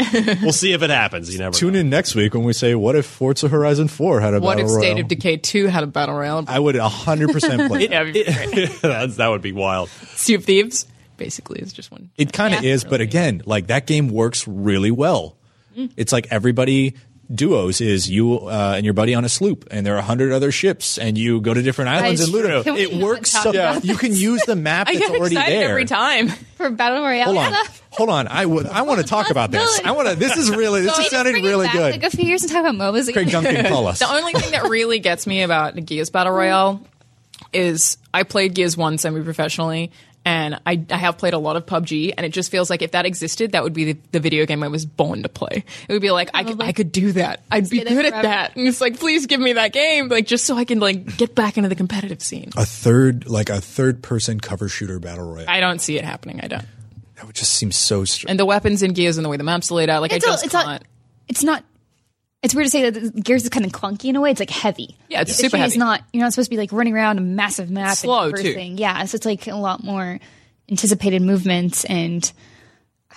Speaker 1: Fine. we'll see if it happens. You never.
Speaker 2: Tune
Speaker 1: know.
Speaker 2: in next week when we say what if Forza Horizon 4 had a
Speaker 3: What
Speaker 2: battle
Speaker 3: if
Speaker 2: royale.
Speaker 3: State of Decay two had a Battle Royale?
Speaker 2: I would 100% play.
Speaker 3: yeah,
Speaker 2: that.
Speaker 3: it'd be great.
Speaker 1: That's, that would be wild.
Speaker 3: sea of Thieves basically is just one.
Speaker 2: It kind of
Speaker 4: Yeah.
Speaker 2: is, but again, like that game works really well. It's like everybody duos is you uh, and your buddy on a sloop, and there are a hundred other ships, and you go to different islands
Speaker 4: is
Speaker 2: and loot 'em.
Speaker 4: true. Can we
Speaker 2: It
Speaker 4: not
Speaker 2: works.
Speaker 4: talk
Speaker 2: So,
Speaker 4: about
Speaker 2: You can use the map
Speaker 3: I
Speaker 2: that's
Speaker 3: get
Speaker 2: already
Speaker 3: excited
Speaker 2: there.
Speaker 3: every time.
Speaker 4: For Battle Royale.
Speaker 2: Hold on,
Speaker 4: Yeah.
Speaker 2: hold on. I would. I want to talk about this. I want to. This is really. This
Speaker 4: Can we
Speaker 2: is
Speaker 4: just
Speaker 2: sounding
Speaker 4: bring it
Speaker 2: really
Speaker 4: back,
Speaker 2: good.
Speaker 4: Like a few years and talk about MOBAs
Speaker 2: Craig
Speaker 4: again.
Speaker 2: Duncan, call us.
Speaker 3: The only thing that really gets me about the Gears Battle Royale is I played Gears 1 semi professionally. And I, I have played a lot of PUBG, and it just feels like if that existed, that would be the, the video game I was born to play. It would be like I could, I could do that. I'd be
Speaker 4: Stay there
Speaker 3: good at
Speaker 4: forever.
Speaker 3: that. And it's like, please give me that game, like just so I can like get back into the competitive scene.
Speaker 2: A third, like a third-person cover shooter battle royale.
Speaker 3: I don't see it happening. I don't.
Speaker 2: that would just seem so. Str-
Speaker 3: And the weapons in Gears and the way the maps are laid out, like
Speaker 4: It's
Speaker 3: I
Speaker 4: all-
Speaker 3: just
Speaker 4: it's all-
Speaker 3: can't.
Speaker 4: It's not. It's weird to say that Gears is kind of clunky in a way. It's like heavy.
Speaker 3: Yeah, it's
Speaker 4: The
Speaker 3: super
Speaker 4: shooting is
Speaker 3: heavy.
Speaker 4: not. You're not supposed to be like running around a massive map.
Speaker 3: Slow,
Speaker 4: and
Speaker 3: too.
Speaker 4: traversing. Yeah, so it's like a lot more anticipated movements, and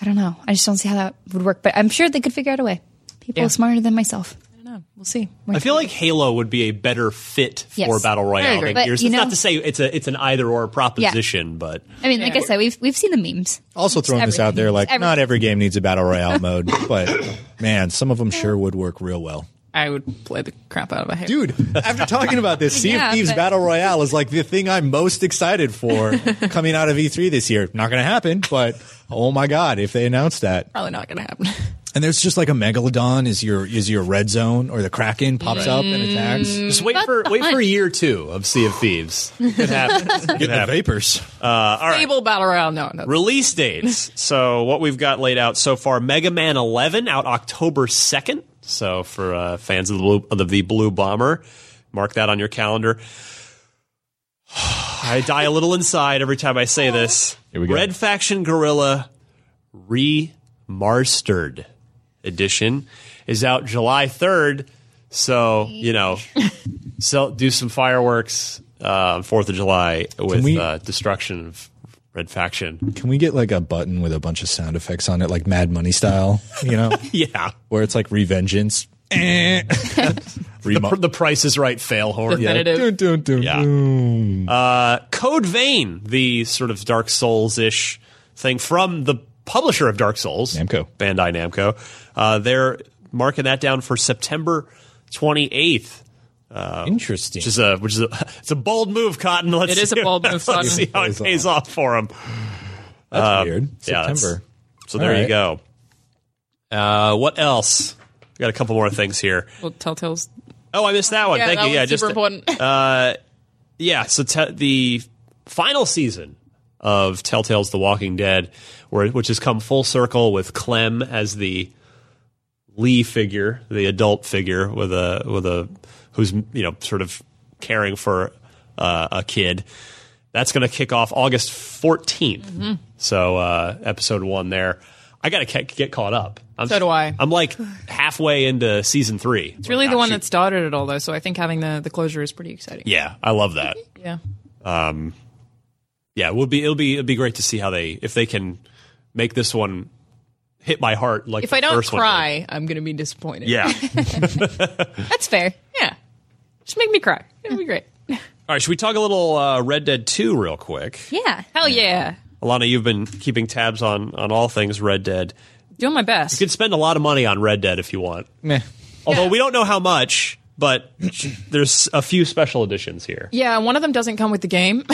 Speaker 4: I don't know. I just don't see how that would work, but I'm sure they could figure out a way. People
Speaker 3: Yeah.
Speaker 4: smarter than myself.
Speaker 3: no, we'll see.
Speaker 1: I feel like Halo would be a better fit for
Speaker 4: Yes.
Speaker 1: battle
Speaker 3: I
Speaker 1: royale
Speaker 3: agree.
Speaker 1: than
Speaker 3: But,
Speaker 1: Gears.
Speaker 4: you
Speaker 1: It's
Speaker 4: know-
Speaker 1: not to say it's a it's an either or proposition, but
Speaker 4: I mean, like I said, we've we've seen the memes.
Speaker 2: also throwing this out
Speaker 4: everything.
Speaker 2: there, like
Speaker 4: Everything.
Speaker 2: not every game needs a battle royale mode, but man, some of them sure would work real well.
Speaker 3: I would play the crap out of a hate.
Speaker 2: Dude, after talking about this, Sea
Speaker 4: Yeah,
Speaker 2: of Thieves
Speaker 4: but-
Speaker 2: Battle Royale is like the thing I'm most excited for coming out of E3 this year. Not going to happen, but oh my god, if they announce that.
Speaker 3: probably not gonna happen.
Speaker 2: And there's just like a megalodon is your is your red zone or the kraken pops up and
Speaker 4: Mm.
Speaker 2: attacks. Just
Speaker 1: just wait for wait for year two of Sea of Thieves. It could happen. It could
Speaker 2: the
Speaker 1: happen.
Speaker 2: vapors.
Speaker 3: Fable Battle Royale, no, no.
Speaker 1: Release dates. so what we've got laid out so far: Mega Man 11 out October 2nd. So for uh, fans of the blue, of the Blue Bomber, mark that on your calendar. I die a little inside every time I say this.
Speaker 2: Here we go.
Speaker 1: Red Faction Gorilla Remastered Edition is out July 3rd. So you know, so do some fireworks uh, Fourth of July with
Speaker 2: we-
Speaker 1: uh, destruction of Red Faction.
Speaker 2: Can we get like a button with a bunch of sound effects on it like Mad Money style, you know,
Speaker 1: Yeah.
Speaker 2: where it's like revengeance. Eh.
Speaker 1: The,
Speaker 2: Remo-
Speaker 1: pr- the Price is Right fail horn.
Speaker 3: Yeah. Definitive.
Speaker 2: Dun, dun, dun,
Speaker 1: Yeah.
Speaker 2: dun.
Speaker 1: Uh, Code Vein, the sort of Dark Souls ish thing from the publisher of Dark Souls,
Speaker 2: Namco.
Speaker 1: Bandai Namco. Uh, they're marking that down for September 28th.
Speaker 2: Interesting.
Speaker 1: Which is a which is a it's a bold move, Cotton. Let's
Speaker 3: It is a
Speaker 1: see-
Speaker 3: bold move,
Speaker 1: let's
Speaker 3: Cotton.
Speaker 1: see how it
Speaker 2: Pays
Speaker 1: pays off for him.
Speaker 2: Uh, That's weird.
Speaker 1: yeah, that's-
Speaker 2: September.
Speaker 1: So
Speaker 2: All
Speaker 1: there you
Speaker 2: right.
Speaker 1: go. Uh, what else? We got a couple more things here.
Speaker 3: Well, Telltale's.
Speaker 1: Oh, I missed that one.
Speaker 3: Yeah,
Speaker 1: Thank
Speaker 3: that
Speaker 1: you. Yeah,
Speaker 3: one's
Speaker 1: just uh,
Speaker 3: super important.
Speaker 1: yeah. So te- the final season of Telltale's The Walking Dead, where which has come full circle with Clem as the Lee figure, the adult figure with a with a who's you know sort of caring for uh, a kid. That's going to kick off August 14th.
Speaker 3: Mm-hmm.
Speaker 1: So uh, episode one there. I got to ca- get caught up. I'm,
Speaker 3: So do I.
Speaker 1: I'm like halfway into season three.
Speaker 3: it's really the one that started it all, though. So I think having the, the closure is pretty exciting.
Speaker 1: Yeah, I love that.
Speaker 3: Yeah.
Speaker 1: yeah, it would be it'll be it'll be great to see how they if they can make this one hit my heart like
Speaker 3: If
Speaker 1: the
Speaker 3: I don't
Speaker 1: first one did.
Speaker 3: cry, I'm going to be disappointed.
Speaker 1: Yeah. All
Speaker 4: That's fair.
Speaker 3: Yeah. Just make me cry. It'll be great.
Speaker 1: right, should we talk a little uh, Red Dead 2 real quick?
Speaker 4: Yeah.
Speaker 3: Hell yeah.
Speaker 1: Alana, you've been keeping tabs on on all things Red Dead.
Speaker 3: Doing my best.
Speaker 1: You could spend a lot of money on Red Dead if you want.
Speaker 2: Meh.
Speaker 1: Although we don't know how much, but there's a few special editions here.
Speaker 3: Yeah, one of them doesn't come with the game. the uh,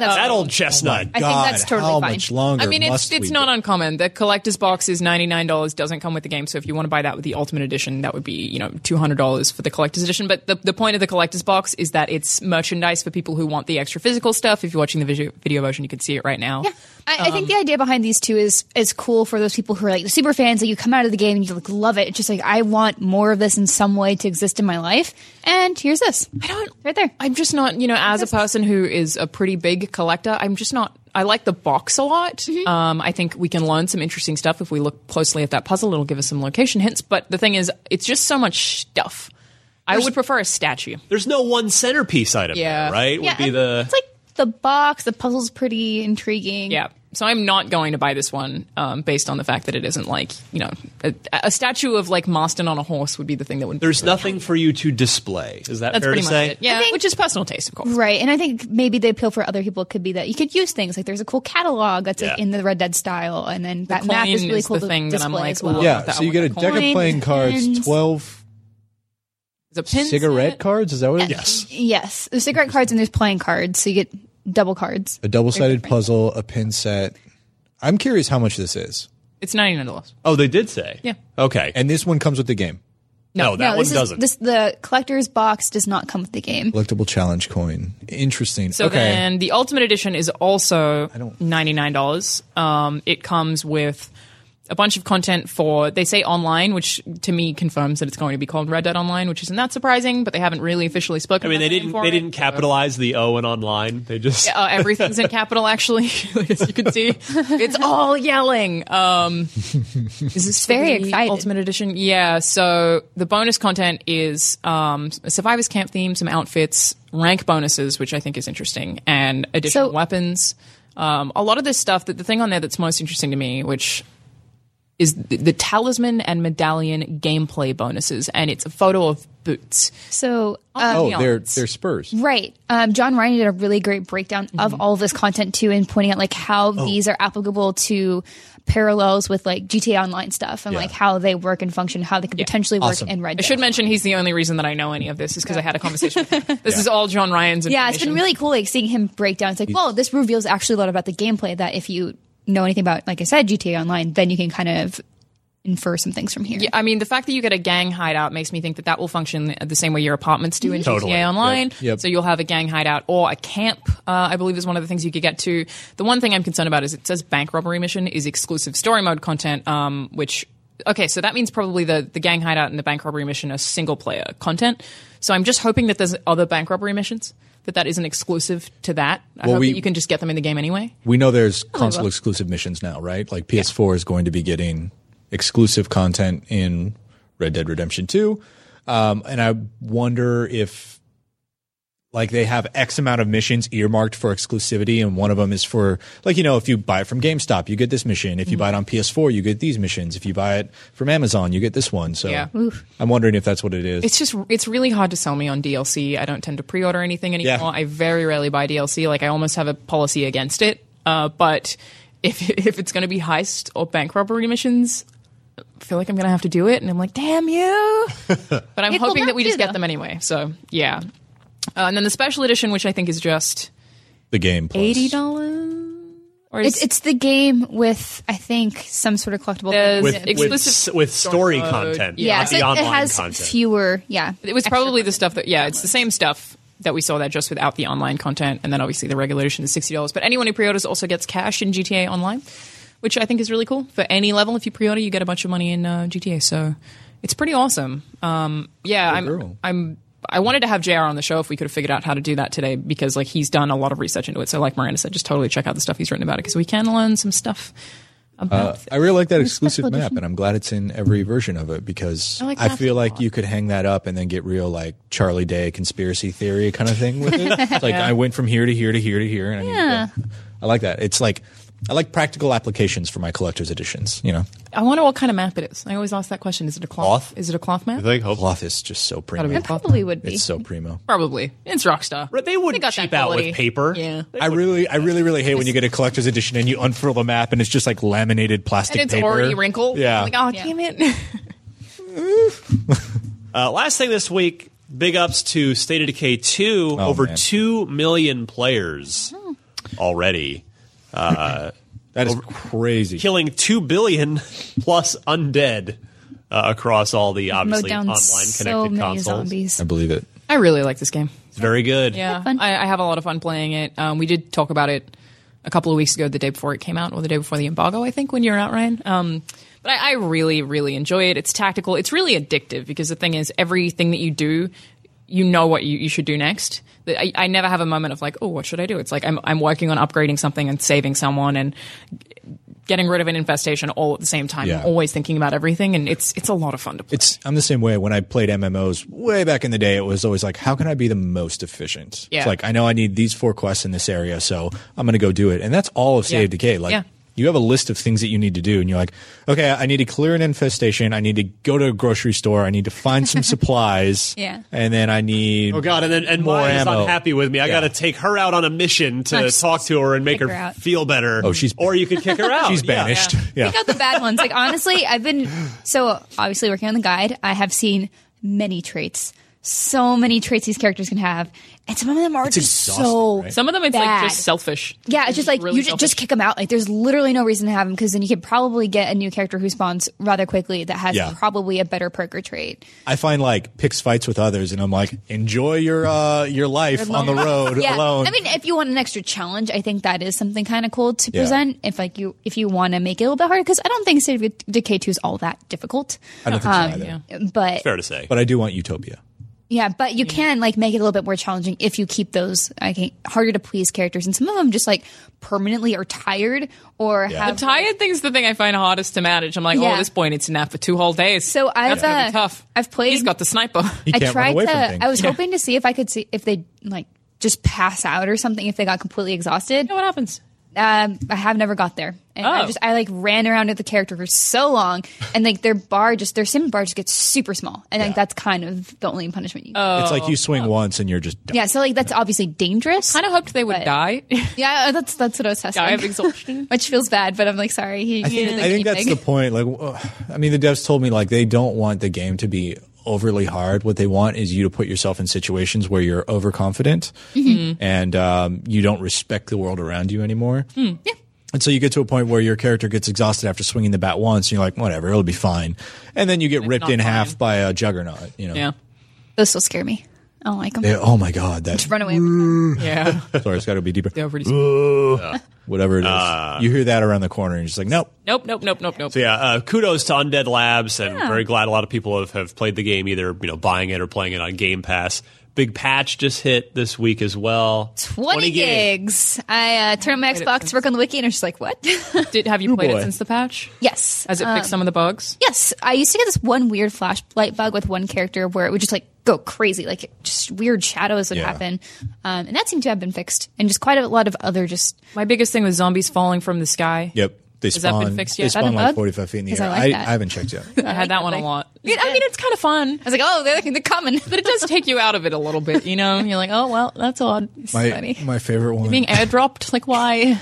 Speaker 4: that's
Speaker 1: That old chestnut.
Speaker 3: Oh
Speaker 4: I think that's totally
Speaker 2: how
Speaker 4: fine.
Speaker 2: much longer?
Speaker 3: I mean, it's
Speaker 2: must
Speaker 3: it's
Speaker 2: we
Speaker 3: not
Speaker 2: go?
Speaker 3: uncommon. The collector's box is ninety nine dollars. Doesn't come with the game, so if you want to buy that with the ultimate edition, that would be you know two hundred dollars for the collector's edition. But the, the point of the collector's box is that it's merchandise for people who want the extra physical stuff. If you're watching the video, video version, you can see it right now.
Speaker 4: Yeah. I, I
Speaker 3: Um,
Speaker 4: think the idea behind these two is is cool for those people who are like super fans. That you come out of the game and you like love it. It's just like I want more of this in some way to exist in my life. And here's this. I don't right there.
Speaker 3: I'm just not, you know, as a person who is a pretty big collector, I'm just not. I like the box a lot.
Speaker 4: Mm-hmm.
Speaker 3: Um, I think we can learn some interesting stuff if we look closely at that puzzle. It'll give us some location hints. But the thing is, it's just so much stuff. I would prefer a statue.
Speaker 1: There's no one centerpiece item,
Speaker 3: Yeah.
Speaker 1: there, right?
Speaker 4: Yeah,
Speaker 1: would be
Speaker 4: and
Speaker 1: the
Speaker 4: it's like the box. The puzzle's pretty intriguing.
Speaker 3: Yeah. So I'm not going to buy this one um, based on the fact that it isn't like, you know, a, a statue of like Marston on a horse would be the thing that would.
Speaker 1: there's nothing for you to display. Is that
Speaker 3: That's
Speaker 1: fair
Speaker 3: pretty
Speaker 1: to
Speaker 3: much
Speaker 1: say?
Speaker 3: it. Yeah.
Speaker 4: think-
Speaker 3: which is personal taste, of course.
Speaker 4: Right, and I think maybe the appeal for other people could be that you could use things like there's a cool catalog that's like
Speaker 1: Yeah.
Speaker 4: in the Red Dead style, and then that map
Speaker 3: coin
Speaker 4: is really
Speaker 3: is
Speaker 4: cool
Speaker 3: the
Speaker 4: to
Speaker 3: thing that I'm
Speaker 4: display
Speaker 3: like,
Speaker 4: as well.
Speaker 3: ooh,
Speaker 2: Yeah,
Speaker 3: that
Speaker 2: so you
Speaker 3: one.
Speaker 2: get a
Speaker 3: Coin,
Speaker 2: deck of playing cards,
Speaker 4: pins.
Speaker 2: twelve
Speaker 3: There's a pin
Speaker 2: cigarette cards. Is that what? it is?
Speaker 1: Yes.
Speaker 4: Yes, there's cigarette cards and there's playing cards, so you get double cards.
Speaker 2: A double-sided puzzle, a pin set. I'm curious how much this is,
Speaker 3: It's $99.
Speaker 1: Oh, they did say.
Speaker 3: Yeah.
Speaker 1: Okay.
Speaker 2: and this one comes with the game.
Speaker 1: no, that
Speaker 4: no,
Speaker 1: one
Speaker 4: this
Speaker 1: doesn't.
Speaker 4: Is, this the collector's box does not come with the game.
Speaker 2: Collectible challenge coin. Interesting.
Speaker 3: So
Speaker 2: okay.
Speaker 3: then the ultimate edition is also ninety nine dollars. Um, it comes with a bunch of content for they say online, which to me confirms that it's going to be called Red Dead Online, which isn't that surprising. But they haven't really officially spoken.
Speaker 1: I mean, they didn't. They didn't capitalize the O in online. They just.
Speaker 3: Uh, everything's in capital, actually, as you can see. It's all yelling. Um, is this for
Speaker 4: very
Speaker 3: the
Speaker 4: excited.
Speaker 3: Ultimate Edition? Yeah. So the bonus content is um, a Survivors Camp theme, some outfits, rank bonuses, which I think is interesting, and additional
Speaker 4: So-
Speaker 3: weapons. Um, a lot of this stuff. That the thing on there that's most interesting to me, which is the, the talisman and medallion gameplay bonuses, and it's a photo of boots.
Speaker 4: So, uh,
Speaker 2: oh,
Speaker 3: Beyond.
Speaker 2: they're they're Spurs.
Speaker 4: right, um, John Ryan did a really great breakdown
Speaker 3: Mm-hmm.
Speaker 4: of all of this content too, and pointing out like how
Speaker 3: Oh.
Speaker 4: these are applicable to parallels with like GTA Online stuff, and like how they work and function, how they could potentially work
Speaker 2: Awesome.
Speaker 4: in Red
Speaker 3: I
Speaker 4: Dead.
Speaker 3: should mention he's the only reason that I know any of this is because I had a conversation. With him. This is all John Ryan's.
Speaker 4: yeah, it's been
Speaker 3: information.
Speaker 4: really cool like seeing him break down. It's like, whoa, this reveals actually a lot about the gameplay. That if you know anything about, like I said, GTA Online, then you can kind of infer some things from here.
Speaker 3: Yeah, I mean, the fact that you get a gang hideout makes me think that that will function the same way your apartments do in
Speaker 1: Totally.
Speaker 3: GTA Online.
Speaker 2: Yep, yep.
Speaker 3: So you'll have a gang hideout or a camp. Uh, I believe is one of the things you could get to. The one thing I'm concerned about is it says bank robbery mission is exclusive story mode content, um, which okay, so that means probably the the gang hideout and the bank robbery mission are single player content. So I'm just hoping that there's other bank robbery missions. That that isn't exclusive to that. I
Speaker 2: Well,
Speaker 3: hope
Speaker 2: we-
Speaker 3: that you can just get them in the game anyway.
Speaker 2: We know
Speaker 3: Oh,
Speaker 2: there's console exclusive missions now, right? Like PS4 is going to be getting exclusive content in Red Dead Redemption 2. Um, and I wonder if like they have X amount of missions earmarked for exclusivity, and one of them is for like you know if you buy it from GameStop, you get this mission. If
Speaker 3: Mm-hmm.
Speaker 2: you buy it on PS4, you get these missions. If you buy it from Amazon, you get this one. So
Speaker 3: Yeah.
Speaker 2: I'm wondering if that's what it is.
Speaker 3: It's just it's really hard to sell me on DLC. I don't tend to pre-order anything anymore.
Speaker 2: Yeah.
Speaker 3: I very rarely buy DLC. Like I almost have a policy against it. Uh, but if if it's going to be heist or bank robbery missions, I feel like I'm going to have to do it. And I'm like, damn you! but I'm
Speaker 4: It will
Speaker 3: hoping that
Speaker 4: not
Speaker 3: we
Speaker 4: do,
Speaker 3: just get
Speaker 4: though.
Speaker 3: them anyway. So yeah. Uh, and then the special edition, which I think is just
Speaker 2: the game plus.
Speaker 3: eighty dollars. Or
Speaker 4: It's it's the game with I think some sort of collectible.
Speaker 3: There's-
Speaker 4: thing.
Speaker 1: with
Speaker 3: Yeah.
Speaker 1: with,
Speaker 3: Explicit
Speaker 1: s- with story
Speaker 3: download.
Speaker 1: content, not
Speaker 3: Yeah,
Speaker 4: yeah,
Speaker 1: the
Speaker 4: so it-
Speaker 1: online
Speaker 4: it has
Speaker 1: content.
Speaker 4: fewer. Yeah,
Speaker 3: It was probably the stuff that yeah, it's the same stuff that we saw that just without the online content, and then obviously the regular edition is sixty dollars. But anyone who pre-orders also gets cash in GTA Online, which I think is really cool for any level. If you pre-order, you get a bunch of money in uh, GTA, so it's pretty awesome. Um, yeah, I'm,
Speaker 2: girl.
Speaker 3: I'm. I wanted to have JR on the show if we could have figured out how to do that today because like he's done a lot of research into it. So like Miranda said, just totally check out the stuff he's written about it because we can learn some stuff about.
Speaker 2: I really like that exclusive
Speaker 4: special
Speaker 2: map,
Speaker 4: edition.
Speaker 2: and I'm glad it's in every version of it because I,
Speaker 3: like maps
Speaker 2: feel
Speaker 3: a
Speaker 2: like
Speaker 3: lot.
Speaker 2: you could hang that up and then get real like Charlie Day conspiracy theory kind of thing with it. It's like I went from here to here to here to here, and I, yeah. I like that. It's like I like practical applications for my collector's editions. You know,
Speaker 3: I wonder what kind of map it is. I always ask that question: Is it a cloth?
Speaker 2: Cloth?
Speaker 3: Is it a cloth map?
Speaker 5: I think hope
Speaker 2: cloth is just so
Speaker 3: Gotta be a
Speaker 2: primo.
Speaker 3: cloth map.
Speaker 4: probably would be.
Speaker 2: It's so primo.
Speaker 3: Probably. It's Rockstar.
Speaker 1: But they wouldn't
Speaker 3: got that
Speaker 1: cheap out
Speaker 3: quality.
Speaker 1: with paper.
Speaker 3: Yeah.
Speaker 2: I really, I really, really hate when you get a collector's edition and you unfurl the map and it's just like laminated plastic
Speaker 3: And it's
Speaker 2: paper.
Speaker 3: already wrinkled.
Speaker 2: Yeah.
Speaker 3: Like, oh,
Speaker 4: Yeah.
Speaker 3: damn it.
Speaker 1: Uh, last thing this week, big ups to State of Decay 2, over
Speaker 2: man.
Speaker 1: 2 million players
Speaker 4: Hmm.
Speaker 1: already,
Speaker 2: that is crazy.
Speaker 1: killing 2 billion plus undead uh, across all the
Speaker 4: mowed
Speaker 1: obviously
Speaker 4: down
Speaker 1: online
Speaker 4: so
Speaker 1: connected
Speaker 4: many
Speaker 1: consoles.
Speaker 4: zombies.
Speaker 2: I believe it.
Speaker 3: I really like this game.
Speaker 1: It's very good.
Speaker 3: Yeah.
Speaker 4: fun.
Speaker 3: I, I have a lot of fun playing it. Um, we did talk about it a couple of weeks ago, the day before it came out, or the day before the embargo, I think, when you were out, Ryan. Um, but I, I really, really enjoy it. It's tactical. It's really addictive because the thing is, everything that you do, you know what you, you should do next. That I, I never have a moment of like, oh, what should I do? It's like I'm, I'm working on upgrading something and saving someone and getting rid of an infestation all at the same time.
Speaker 2: Yeah.
Speaker 3: I'm always thinking about everything, and it's it's a lot of fun to play.
Speaker 2: It's I'm the same way. When I played MMOs way back in the day, it was always like, how can I be the most efficient?
Speaker 3: Yeah.
Speaker 2: It's like I know I need these four quests in this area, so I'm going to go do it. And that's all of Save
Speaker 3: Yeah.
Speaker 2: Decay. Like
Speaker 3: Yeah.
Speaker 2: you have a list of things that you need to do, and you're like, okay, I need to clear an infestation. I need to go to a grocery store. I need to find some supplies.
Speaker 4: Yeah.
Speaker 2: And then I need.
Speaker 1: Oh God! And then and
Speaker 2: More
Speaker 1: Maya's
Speaker 2: ammo.
Speaker 1: not happy with me. I got
Speaker 2: Yeah.
Speaker 1: to take her out on a mission to
Speaker 4: Nice.
Speaker 1: talk to her and make her,
Speaker 4: Kick her out.
Speaker 1: feel better. Oh,
Speaker 2: she's-
Speaker 1: or you could kick her out.
Speaker 2: She's
Speaker 1: Yeah.
Speaker 2: banished. Yeah.
Speaker 4: Pick out the bad ones. Like honestly, I've been so obviously working on the guide. I have seen many traits, so many traits these characters can have, and some of them are just
Speaker 2: exhausting,
Speaker 4: so.
Speaker 2: right?
Speaker 3: Some of them, it's
Speaker 4: bad.
Speaker 3: like just selfish.
Speaker 4: Yeah, it's just like
Speaker 3: really
Speaker 4: you ju-
Speaker 3: selfish.
Speaker 4: just kick them out. Like there's literally no reason to have them because then you could probably get a new character who spawns rather quickly that has
Speaker 2: Yeah.
Speaker 4: probably a better perk or trait.
Speaker 2: I find like picks fights with others, and I'm like, enjoy your uh, your life on the road alone.
Speaker 4: I mean, if you want an extra challenge, I think that is something kind of cool to
Speaker 2: Yeah.
Speaker 4: present. If like you if you want to make it a little bit harder, because I don't think State of Decay two is all that difficult.
Speaker 2: I don't think so either.
Speaker 4: But
Speaker 1: Fair to say.
Speaker 2: But I do want Utopia.
Speaker 4: yeah, but you can like make it a little bit more challenging if you keep those I think harder to please characters, and some of them just like permanently are tired or have
Speaker 3: The tired thing's the thing I find hardest to manage. I'm like, oh,
Speaker 4: Yeah.
Speaker 3: at this point, it's nap for two whole days.
Speaker 4: So I've,
Speaker 3: That's gonna
Speaker 4: uh,
Speaker 3: be tough.
Speaker 4: I've played-
Speaker 3: He's got the sniper.
Speaker 2: He can't
Speaker 4: I tried
Speaker 2: run away
Speaker 4: to.
Speaker 2: from things.
Speaker 4: I was hoping to see if I could see if they like just pass out or something if they got completely exhausted.
Speaker 3: what happens?
Speaker 4: Um, I have never got there, and I
Speaker 3: Oh.
Speaker 4: just I like ran around with the character for so long, and like their bar just their sim bar just gets super small, and like that's kind of the only punishment you. Oh.
Speaker 2: It's like you swing once and you're just done.
Speaker 4: Yeah, so like that's obviously dangerous.
Speaker 3: Kind of hoped they would
Speaker 4: But-
Speaker 3: die.
Speaker 4: Yeah, uh, that's that's what I was testing.
Speaker 3: die of exhaustion.
Speaker 4: Which feels bad, but I'm like sorry. He,
Speaker 2: I think, I think that's the point. Like, uh, I mean, the devs told me like they don't want the game to be overly hard. What they want is you to put yourself in situations where you're overconfident
Speaker 3: Mm-hmm.
Speaker 2: and um, you don't respect the world around you anymore.
Speaker 3: Hmm,
Speaker 2: And so you get to a point where your character gets exhausted after swinging the bat once, and you're like, whatever, it'll be fine. And then you get ripped
Speaker 3: not
Speaker 2: in
Speaker 3: fine.
Speaker 2: half by a juggernaut. You know,
Speaker 3: yeah.
Speaker 4: Those still scare me. I don't like them.
Speaker 2: They- oh my god, that
Speaker 4: Run away. every time.
Speaker 3: Yeah.
Speaker 2: sorry, it's got to be deeper.
Speaker 3: They're pretty sweet.
Speaker 2: Whatever it is, you hear that around the corner, and you're just like, nope.
Speaker 3: nope, nope, nope, nope, nope.
Speaker 1: So yeah, uh, kudos to Undead Labs, and very glad a lot of people have, have played the game, either you know buying it or playing it on Game Pass. Big Patch just hit this week as well.
Speaker 4: 20, gigs. I uh, turn on my Xbox, work on the wiki, and I'm just like, what?
Speaker 3: Did have you played
Speaker 2: boy.
Speaker 3: it since the patch?
Speaker 4: yes.
Speaker 3: Has it
Speaker 4: Um,
Speaker 3: fixed some of the bugs?
Speaker 4: Yes, I used to get this one weird flashlight bug with one character where it would just like go crazy, like just weird shadows would
Speaker 2: Yeah.
Speaker 4: happen, um, and that seemed to have been fixed, and just quite a lot of other just
Speaker 3: My biggest thing was zombies falling from the sky.
Speaker 2: Yep. They
Speaker 3: that
Speaker 2: spawn,
Speaker 3: been fixed yet?
Speaker 2: They
Speaker 3: Is that
Speaker 2: spawn
Speaker 4: a
Speaker 2: like
Speaker 4: bug?
Speaker 2: 45 feet in the
Speaker 4: 'Cause
Speaker 2: air.
Speaker 4: I like
Speaker 2: I,
Speaker 4: that.
Speaker 2: I haven't checked yet.
Speaker 3: I had that one a lot.
Speaker 4: Yeah,
Speaker 3: I mean, it's kind of fun,
Speaker 4: I was like, oh, they're they're coming.
Speaker 3: but it does take you out of it a little bit. You know, you're like, oh well, that's odd.
Speaker 2: My,
Speaker 4: funny.
Speaker 2: my favorite one.
Speaker 3: Being airdropped, like why?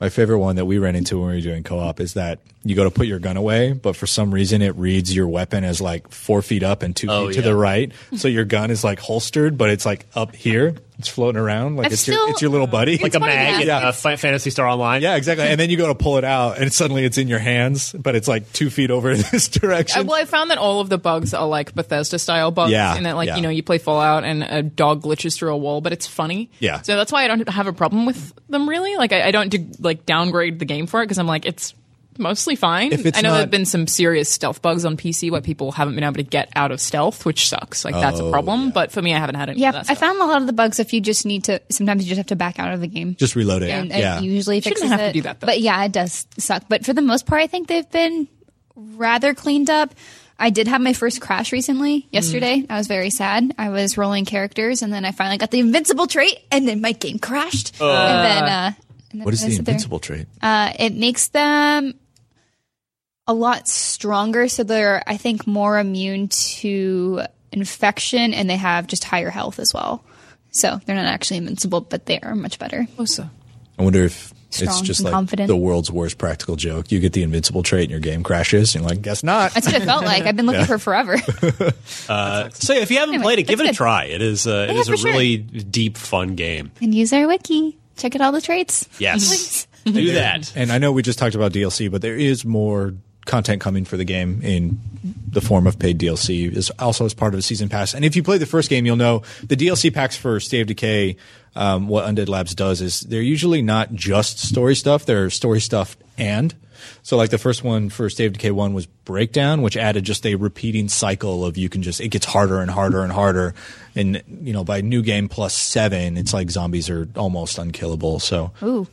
Speaker 2: My favorite one that we ran into when we were doing co-op is that you go to put your gun away, but for some reason it reads your weapon as like four feet up and two feet to
Speaker 1: yeah.
Speaker 2: the right. So your gun is like holstered, but it's like up here. It's floating around like
Speaker 4: I've
Speaker 2: it's
Speaker 4: still-
Speaker 2: your it's your little buddy.
Speaker 1: Like a mag,
Speaker 4: yeah.
Speaker 1: at, uh, Fa- Fantasy Star Online.
Speaker 2: yeah, exactly. And then you go to pull it out, and suddenly it's in your hands, but it's like two feet over in this
Speaker 3: Uh,
Speaker 2: direction.
Speaker 3: well, I found that all of the bugs are like Bethesda style bugs,
Speaker 2: Yeah,
Speaker 3: and that like
Speaker 2: yeah.
Speaker 3: you know you play Fallout and a dog glitches through a wall, but it's funny.
Speaker 2: Yeah.
Speaker 3: So that's why I don't have a problem with them really. Like I, I don't do, like downgrade the game for it because I'm like it's mostly fine.
Speaker 2: If it's
Speaker 3: I know
Speaker 2: not-
Speaker 3: there've been some serious stealth bugs on PC where people haven't been able to get out of stealth, which sucks. Like that's
Speaker 2: Oh,
Speaker 3: a problem. But for me, I haven't had any. of
Speaker 4: yeah,
Speaker 3: that
Speaker 4: I
Speaker 3: stuff.
Speaker 4: found a lot of the bugs if you just need to. Sometimes you just have to back out of the game.
Speaker 2: Just reload it.
Speaker 4: and
Speaker 2: yeah.
Speaker 4: it usually fixes
Speaker 3: have to
Speaker 4: it.
Speaker 3: do that, though.
Speaker 4: But yeah, it does suck. But for the most part, I think they've been rather cleaned up. I did have my first crash recently.
Speaker 3: Mm.
Speaker 4: Yesterday, I was very sad. I was rolling characters, and then I finally got the invincible trait, and then my game crashed. and then, uh, and then
Speaker 2: what is
Speaker 4: I
Speaker 2: the
Speaker 4: sit there.
Speaker 2: invincible trait?
Speaker 4: Uh, it makes them a lot stronger, so they're I think more immune to infection, and they have just higher health as well. So they're not actually invincible, but they are much better.
Speaker 3: oh,
Speaker 2: I wonder if it's
Speaker 4: Strong
Speaker 2: just
Speaker 4: and
Speaker 2: like
Speaker 4: confident.
Speaker 2: the world's worst practical joke. You get the invincible trait, and your game crashes. And you're like, guess not.
Speaker 4: That's what it felt like. I've been looking for forever.
Speaker 1: So if you haven't
Speaker 4: Anyway,
Speaker 1: played it, give it
Speaker 4: that's
Speaker 1: a
Speaker 4: good.
Speaker 1: try. It is uh, it
Speaker 4: Yeah,
Speaker 1: is a
Speaker 4: for sure.
Speaker 1: really deep, fun game.
Speaker 4: and use our wiki. Check out all the traits.
Speaker 1: Yes, do that.
Speaker 2: And I know we just talked about DLC, but there is more content coming for the game in the form of paid DLC, is also as part of a season pass. And if you play the first game, you'll know the DLC packs for State of Decay. Um, what Undead Labs does is they're usually not just story stuff; they're story stuff and. So, like the first one for State of Decay one was Breakdown, which added just a repeating cycle of you can just it gets harder and harder and harder, and you know by New Game Plus seven, it's like zombies are almost unkillable. So,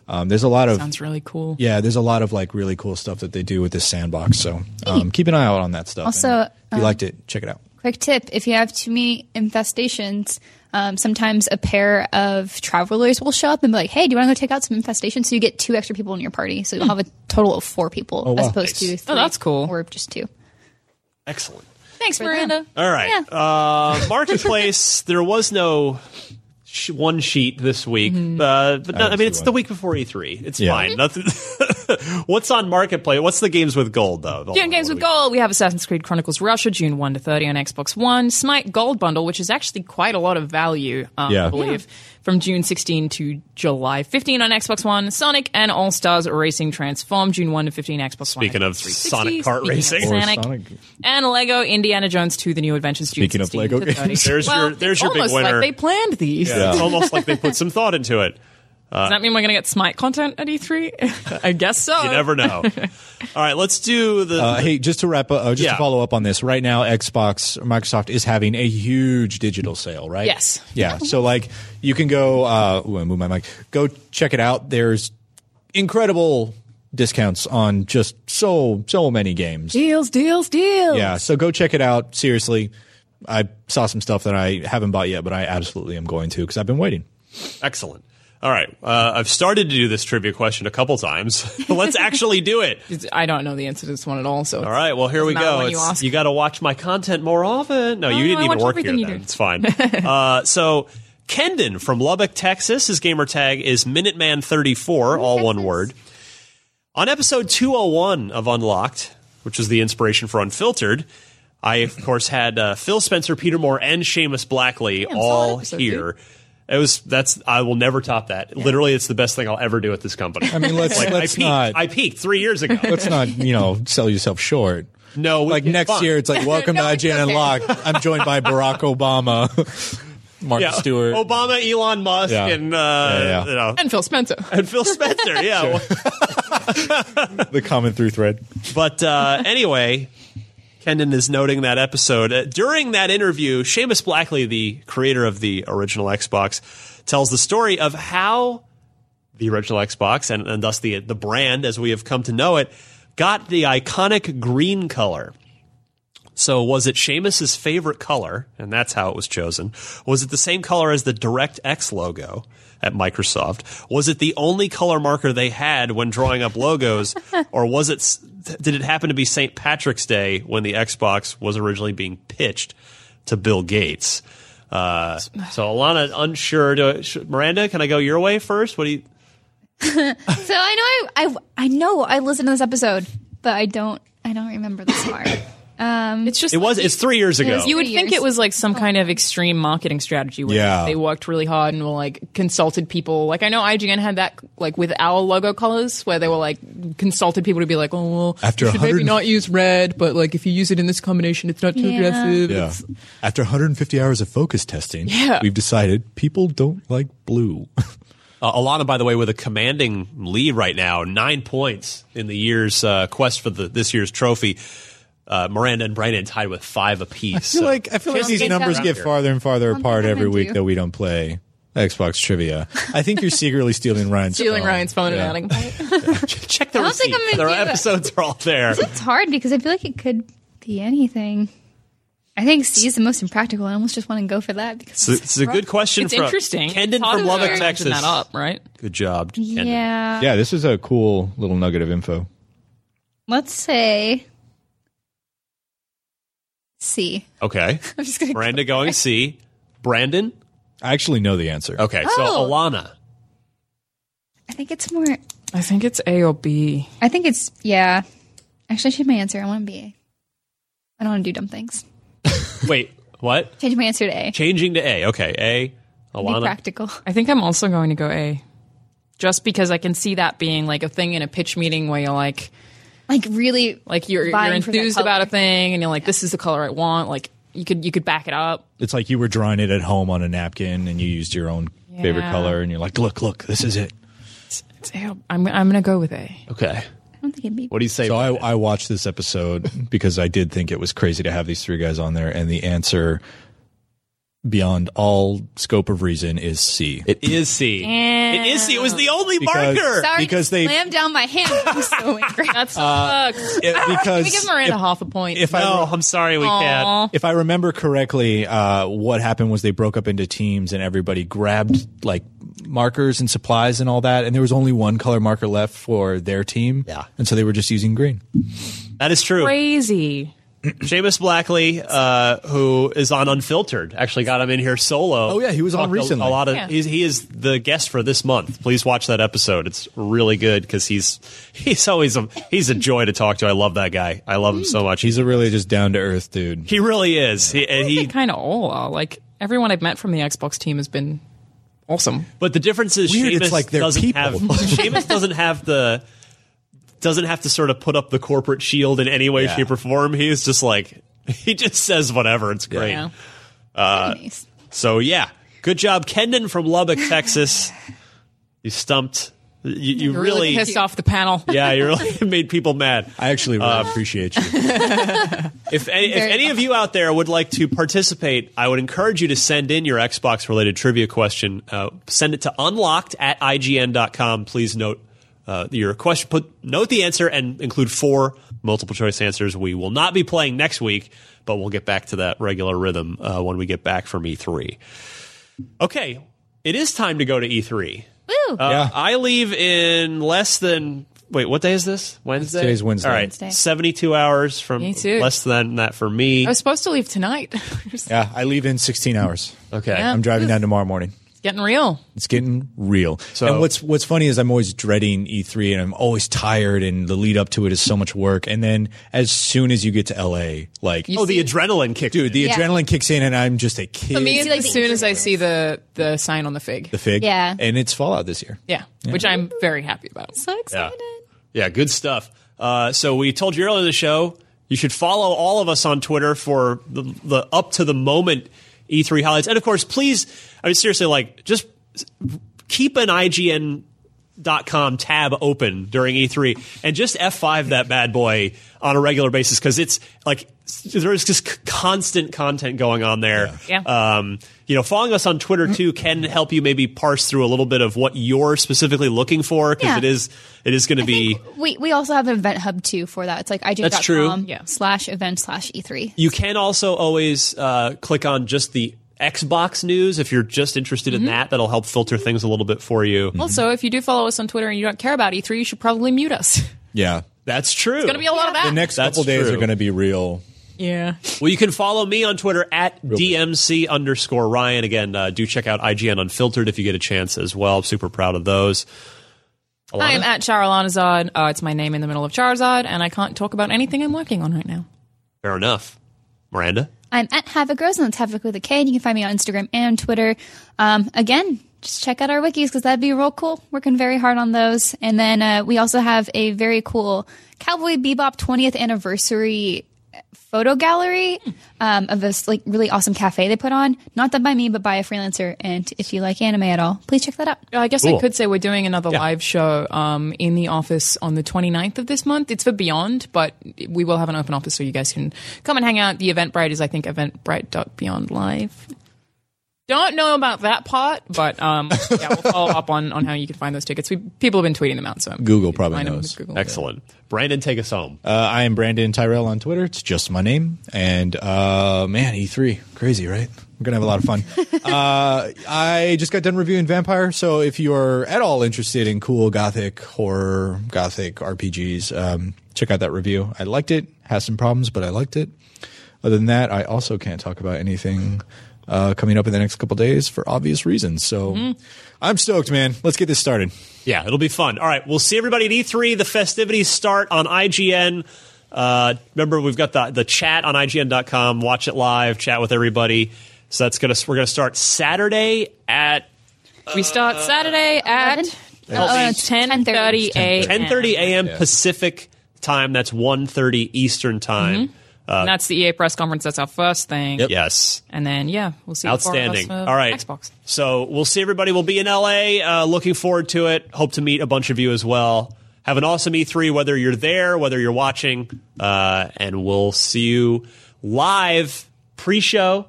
Speaker 2: um, there's a lot of
Speaker 3: sounds really cool.
Speaker 2: yeah, there's a lot of like really cool stuff that they do with this sandbox. So um, keep an eye out on that stuff.
Speaker 4: Also,
Speaker 2: And if you
Speaker 4: um,
Speaker 2: liked it, check it out.
Speaker 4: Quick tip if you have too many infestations, um, sometimes a pair of travelers will show up and be like, hey, do you want to go take out some infestations? So you get two extra people in your party. So you'll have a total of four people as
Speaker 2: wow.
Speaker 4: opposed to three.
Speaker 3: Oh, that's cool.
Speaker 4: Or just two.
Speaker 1: Excellent.
Speaker 3: Thanks,
Speaker 4: Miranda.
Speaker 1: All right. Uh, marketplace. there was no sh- one sheet this week,
Speaker 3: Mm-hmm.
Speaker 1: uh, but no, I, mean it's the week before E3. It's
Speaker 2: Yeah.
Speaker 1: fine. Nothing. What's on marketplace? What's the games with gold though? Hold on,
Speaker 3: Doing games
Speaker 1: what
Speaker 3: with
Speaker 1: do we-
Speaker 3: gold. We have Assassin's Creed Chronicles Russia, June 1 to 30 on Xbox One. Smite Gold Bundle, which is actually quite a lot of value, um,
Speaker 2: Yeah.
Speaker 3: I believe, from June 16 to July 15 on Xbox One. Sonic and All Stars Racing Transform, June 1 to 15 Xbox One.
Speaker 1: Speaking
Speaker 3: and
Speaker 1: of
Speaker 3: 360.
Speaker 1: Sonic kart
Speaker 3: Speaking of
Speaker 1: racing.
Speaker 2: Or
Speaker 3: Sonic.
Speaker 2: Sonic.
Speaker 3: And Lego Indiana Jones 2 The New Adventures, June
Speaker 2: Speaking of
Speaker 3: 16
Speaker 2: Lego
Speaker 3: to 30.
Speaker 2: games.
Speaker 1: There's
Speaker 3: Well,
Speaker 1: your- there's your big
Speaker 3: almost
Speaker 1: winner.
Speaker 3: Like they planned these.
Speaker 1: Yeah, It's almost like they put some thought into it.
Speaker 3: Does that mean we're going to get Smite content at E3? I guess so.
Speaker 1: You never know. All right, let's do the.
Speaker 2: Uh, hey, just to wrap up, uh, just
Speaker 1: Yeah.
Speaker 2: to follow up on this, right now Xbox, Microsoft is having a huge digital sale, right?
Speaker 3: Yes.
Speaker 2: Yeah. So like, you can go. Uh, ooh, I moved my mic. Go check it out. There's incredible discounts on just so so many games.
Speaker 3: Deals, deals, deals.
Speaker 2: Yeah, so go check it out. Seriously, I saw some stuff that I haven't bought yet, but I absolutely am going to because I've been waiting.
Speaker 1: Excellent. All right, uh, I've started to do this trivia question a couple times. let's actually do it.
Speaker 3: It's- I don't know the answer to this one at all. So
Speaker 1: All right, well here we
Speaker 3: Doesn't matter
Speaker 1: go.
Speaker 3: when you
Speaker 1: It's,
Speaker 3: ask.
Speaker 1: you got to watch my content more often. No,
Speaker 3: no,
Speaker 1: you didn't
Speaker 3: I
Speaker 1: even
Speaker 3: watch
Speaker 1: work here.
Speaker 3: everything you
Speaker 1: then.
Speaker 3: do.
Speaker 1: It's fine. uh, so Kendon from Lubbock, Texas, his gamer tag is Minuteman34, all one word. On episode 201 of Unlocked, which was the inspiration for Unfiltered, I of course had uh, Phil Spencer, Peter Moore, and Seamus Blackley
Speaker 3: Damn, solid
Speaker 1: all
Speaker 3: episode,
Speaker 1: here. It was that's I will never top that. Literally, it's the best thing I'll ever do at this company. I
Speaker 2: mean, let's-
Speaker 1: like,
Speaker 2: let's
Speaker 1: I peaked,
Speaker 2: not-
Speaker 1: I peaked three years ago.
Speaker 2: Let's not, you know, sell yourself short.
Speaker 1: No, we-
Speaker 2: like
Speaker 1: it's
Speaker 2: next
Speaker 1: fine.
Speaker 2: year, it's like welcome
Speaker 3: No,
Speaker 2: to
Speaker 3: it's
Speaker 2: IGN
Speaker 3: okay.
Speaker 2: Unlocked. I'm joined by Barack Obama, Mark
Speaker 1: yeah.
Speaker 2: Stewart.
Speaker 1: Obama, Elon Musk,
Speaker 2: Yeah.
Speaker 1: and uh,
Speaker 2: Yeah, yeah.
Speaker 1: you know,
Speaker 3: And Phil Spencer.
Speaker 1: and Phil Spencer. Yeah,
Speaker 2: the common through thread.
Speaker 1: but uh, anyway, Kendon is noting that episode. Uh, during that interview, Seamus Blackley, the creator of the original Xbox, tells the story of how the original Xbox and, and thus the the brand as we have come to know it got the iconic green color. So was it Seamus's favorite color, and that's how it was chosen? Was it the same color as the DirectX logo at Microsoft? Was it the only color marker they had when drawing up logos, or was it? s- Did it happen to be St. Patrick's Day when the Xbox was originally being pitched to Bill Gates? Uh, so Alana, unsure. Do, sh- Miranda, can I go your way first? What do you?
Speaker 4: So I know I, I I know I listened to this episode, but I don't I don't remember this part.
Speaker 3: It's just
Speaker 1: It was. It's three years ago.
Speaker 3: You would
Speaker 4: Three
Speaker 3: think
Speaker 4: years.
Speaker 3: it was like some kind of extreme marketing strategy where
Speaker 2: Yeah.
Speaker 3: they worked really hard and were like consulted people. Like I know IGN had that like with our logo colors where they were like consulted people to be like, oh well,
Speaker 2: After
Speaker 3: you should maybe
Speaker 2: 100
Speaker 3: not use red, but like if you use it in this combination, it's not too
Speaker 4: Yeah.
Speaker 3: aggressive.
Speaker 2: Yeah.
Speaker 3: It's-
Speaker 2: After 150 hours of focus testing,
Speaker 3: Yeah.
Speaker 2: we've decided people don't like blue.
Speaker 1: Uh, Alana, by the way, with a commanding lead right now, nine points in the year's uh, quest for the this year's trophy. Uh, Miranda and Brandon tied with five apiece.
Speaker 2: I feel like I feel like
Speaker 4: Just
Speaker 2: these
Speaker 4: get
Speaker 2: numbers
Speaker 4: that-
Speaker 2: get farther and farther
Speaker 4: think
Speaker 2: apart
Speaker 4: I'm
Speaker 2: every
Speaker 4: into
Speaker 2: week
Speaker 4: you.
Speaker 2: that we don't play Xbox trivia. I think you're secretly stealing Ryan's
Speaker 3: Stealing
Speaker 1: Oh,
Speaker 2: phone.
Speaker 3: Ryan's phone
Speaker 2: Yeah.
Speaker 3: and adding.
Speaker 1: check the
Speaker 4: I don't
Speaker 1: receipts.
Speaker 4: think I'm gonna
Speaker 1: Their
Speaker 4: do that.
Speaker 1: episodes are all there.
Speaker 4: It's hard because I feel like it could be anything. I think C is the most impractical. I almost just want to go for that because
Speaker 1: So it's a good question.
Speaker 3: It's
Speaker 1: from
Speaker 3: interesting.
Speaker 1: Kendon
Speaker 3: It's hard
Speaker 1: from
Speaker 3: to
Speaker 1: Lubbock,
Speaker 3: imagine
Speaker 1: Texas.
Speaker 3: That up, right?
Speaker 1: Good job. Kendon.
Speaker 4: yeah.
Speaker 2: Yeah, this is a cool little nugget of info.
Speaker 4: Let's say C.
Speaker 1: Okay.
Speaker 4: I'm just gonna.
Speaker 1: Miranda going C. Brandon.
Speaker 2: I actually know the answer.
Speaker 1: Okay.
Speaker 4: Oh.
Speaker 1: So Alana.
Speaker 4: I think it's more.
Speaker 3: I think it's A or B.
Speaker 4: I think it's yeah. Actually, I changed my answer. I want to be. A. I don't want to do dumb things.
Speaker 1: Wait. What?
Speaker 4: Change my answer to A.
Speaker 1: Changing to A. Okay. A.
Speaker 4: Be
Speaker 1: Alana.
Speaker 4: practical.
Speaker 3: I think I'm also going to go A. Just because I can see that being like a thing in a pitch meeting where you're like,
Speaker 4: Like really.
Speaker 3: like you're you're
Speaker 4: vying for that
Speaker 3: enthused
Speaker 4: color.
Speaker 3: about a thing and you're like this is the color i want like you could you could back it up
Speaker 2: It's like you were drawing it at home on a napkin and you
Speaker 1: Mm-hmm.
Speaker 2: used your own favorite
Speaker 3: Yeah.
Speaker 2: color and you're like, "Look, look, this is it."
Speaker 3: it's, ew, I'm, I'm gonna go with a
Speaker 1: Okay.
Speaker 4: I don't think it'd be.
Speaker 1: What do you say?
Speaker 2: So I, I watched this episode because I did think it was crazy to have these three guys on there, and the answer, beyond all scope of reason, is C.
Speaker 1: it is C. It is C. It was the only
Speaker 2: Because-
Speaker 1: marker.
Speaker 4: Sorry,
Speaker 2: because
Speaker 4: just
Speaker 2: they-
Speaker 4: slammed down Oh my hand. I'm so angry.
Speaker 3: that's sucks.
Speaker 2: It-
Speaker 3: Can
Speaker 2: because
Speaker 3: we give miranda
Speaker 2: if,
Speaker 3: half a point
Speaker 2: if I
Speaker 1: No,
Speaker 2: re-
Speaker 1: I'm sorry we can't.
Speaker 2: if I remember correctly, uh, what happened was they broke up into teams and everybody grabbed like markers and supplies and all that, and there was only one color marker left for their team.
Speaker 1: Yeah.
Speaker 2: and so they were just using green.
Speaker 1: That is true.
Speaker 3: crazy
Speaker 1: Seamus Blackley, uh, who is on Unfiltered, actually got him in here solo.
Speaker 2: Oh, yeah, he was on
Speaker 1: Talked a-
Speaker 2: recently.
Speaker 1: A, lot of
Speaker 3: Yeah.
Speaker 1: he's, he is the guest for this month. Please watch that episode; it's really good because he's he's always a he's a joy to talk to. I love that guy. I love him so much. He's
Speaker 2: He's a really just down to earth dude.
Speaker 1: he really is. He, and he
Speaker 3: kind of all are like everyone i've met from the xbox team has been awesome
Speaker 1: But the difference is
Speaker 2: Weird,
Speaker 1: Sheamus
Speaker 2: it's like they're
Speaker 1: doesn't
Speaker 2: people.
Speaker 1: have Seamus doesn't have the doesn't have to sort of put up the corporate shield in any way,
Speaker 2: Yeah.
Speaker 1: shape, or form. He's just like he just says whatever. It's great.
Speaker 3: Yeah.
Speaker 1: Uh,
Speaker 4: nice.
Speaker 1: So yeah, good job, Kendon from Lubbock, Texas. you stumped. You, you
Speaker 3: You're really,
Speaker 1: really,
Speaker 3: pissed off the panel
Speaker 1: yeah, you really made people mad.
Speaker 2: I actually really
Speaker 1: Uh,
Speaker 2: appreciate you.
Speaker 1: If any, if
Speaker 4: Very
Speaker 1: any of you out there would like to participate, I would encourage you to send in your Xbox related trivia question. Uh, send it to unlocked at ign.com. Please note uh, your question, put note the answer, and include four multiple choice answers. We will not be playing next week, but we'll get back to that regular rhythm uh, when we get back from E3. Okay, it is time to go to E3.
Speaker 4: Woo!
Speaker 1: Uh,
Speaker 2: Yeah.
Speaker 1: I leave in less than. Wait, what day is this? Wednesday.
Speaker 2: Today's Wednesday.
Speaker 1: All right,
Speaker 4: Wednesday.
Speaker 1: seventy-two hours from
Speaker 3: Me too.
Speaker 1: less than that for me.
Speaker 3: i was supposed to leave tonight
Speaker 2: Yeah, I leave in 16 hours.
Speaker 1: Okay.
Speaker 2: I'm driving down tomorrow morning.
Speaker 3: it's getting real
Speaker 2: It's getting real.
Speaker 1: So-
Speaker 2: and what's what's funny is I'm always dreading E3 and I'm always tired and the lead up to it is so much work. And then as soon as you get to LA, like
Speaker 1: Oh, the adrenaline kick,
Speaker 2: dude, the
Speaker 4: Yeah.
Speaker 2: adrenaline kicks in and I'm just a kid.
Speaker 3: for me
Speaker 4: See,
Speaker 3: it's
Speaker 4: like,
Speaker 3: as
Speaker 4: the
Speaker 3: soon as i see the the sign on the fig
Speaker 2: the fig.
Speaker 4: Yeah.
Speaker 2: And it's Fallout this year.
Speaker 3: yeah, which i'm very happy about
Speaker 4: so excited.
Speaker 1: Yeah, good stuff. Uh, so we told you earlier in the show you should follow all of us on Twitter for the, the up to the moment E E3 highlights, and of course, please. I mean, seriously, like just keep an IGN com tab open during E3 and just F5 that bad boy on a regular basis because it's like s- there's just c- constant content going on there.
Speaker 3: Yeah.
Speaker 1: Um, you know, following us on Twitter too can help you maybe parse through a little bit of what you're specifically looking for because
Speaker 4: Yeah.
Speaker 1: it is it is going to be.
Speaker 4: We we also have an event hub too for that. It's like
Speaker 1: That's true.
Speaker 4: IGN.com
Speaker 3: Yeah.
Speaker 4: slash event slash E E3.
Speaker 1: You can also always uh, click on just the Xbox news if you're just interested
Speaker 3: Mm-hmm.
Speaker 1: in that. That'll help filter things a little bit for you.
Speaker 3: Also, if you do follow us on Twitter and you don't care about E3, you should probably mute us. It's
Speaker 2: Yeah.
Speaker 1: That's true.
Speaker 3: going to be a lot of
Speaker 2: The
Speaker 3: that.
Speaker 2: next
Speaker 1: That's
Speaker 2: couple days
Speaker 1: true.
Speaker 2: are going to be real.
Speaker 3: yeah.
Speaker 1: Well, you can follow me on Twitter at DMC underscore Ryan. Again, uh, do check out IGN Unfiltered if you get a chance as well. I'm super proud of those.
Speaker 3: I am at Charolanazad. Uh, it's my name in the middle of Charizard, and I can't talk about anything I'm working on right now.
Speaker 1: Fair enough. Miranda?
Speaker 4: I'm at Havoc Rose, and that's Havoc with a K. And you can find me on Instagram and Twitter. Um, again, just check out our wikis because that'd be real cool. Working very hard on those. And then uh, we also have a very cool Cowboy Bebop 20th anniversary photo gallery um, of this like really awesome cafe they put on. Not done by me, but by a freelancer. And if you like anime at all, please check that out.
Speaker 3: Uh, I guess
Speaker 1: Cool.
Speaker 3: I could say we're doing another live show um, in the office on the 29th of this month. It's for Beyond, but we will have an open office so you guys can come and hang out. The Eventbrite is, I think, eventbrite.beyondlive. Don't know about that part, but um, yeah, we'll follow up on, on how you can find those tickets. We, people have been tweeting them out, so
Speaker 2: Google probably
Speaker 3: find them with
Speaker 2: knows.
Speaker 3: Google.
Speaker 1: Excellent. Brandon, take us home.
Speaker 2: Uh, I am Brandon Tyrell on Twitter. It's just my name. And uh, man, E3, crazy, right? We're gonna have a lot of fun. uh, I just got done reviewing Vampire, so if you are at all interested in cool gothic horror, gothic RPGs, um, check out that review. I liked it. Has some problems, but I liked it. Other than that, I also can't talk about anything uh, coming up in the next couple days for obvious reasons. So I'm stoked, man. Let's get this started.
Speaker 1: Yeah, it'll be fun. All right, we'll see everybody at E3. The festivities start on IGN. Uh, remember, we've got the the chat on IGN.com. Watch it live. Chat with everybody. So that's gonna we're gonna start Saturday at
Speaker 3: We start Saturday at
Speaker 4: Uh,
Speaker 3: 10.30 a.m.
Speaker 1: 10:30 a.m. Pacific time. That's 1:30 Eastern time.
Speaker 3: And that's the EA press conference. That's our first thing.
Speaker 1: Yes.
Speaker 3: And then, yeah, we'll see. the four of us
Speaker 1: Outstanding.
Speaker 3: for
Speaker 1: All right.
Speaker 3: Xbox.
Speaker 1: So we'll see everybody. We'll be in LA. Uh, looking forward to it. Hope to meet a bunch of you as well. Have an awesome E3, whether you're there, whether you're watching. Uh, and we'll see you live pre show.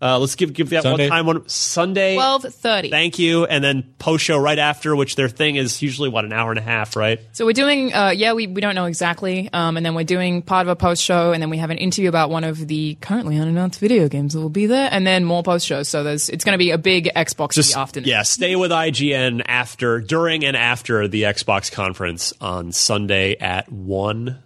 Speaker 1: Uh, let's give give that
Speaker 2: Sunday.
Speaker 1: one time one Sunday.
Speaker 3: 12.30.
Speaker 1: Thank you. And then post show right after, which their thing is usually, what, an hour and a half, right?
Speaker 3: So we're doing, uh, yeah, we, we don't know exactly. Um, and then we're doing part of a post show, and then we have an interview about one of the currently unannounced video games that will be there, and then more post shows. So there's, it's going to be a big Xbox afternoon.
Speaker 1: Yeah, stay with IGN after, during, and after the Xbox conference on Sunday at one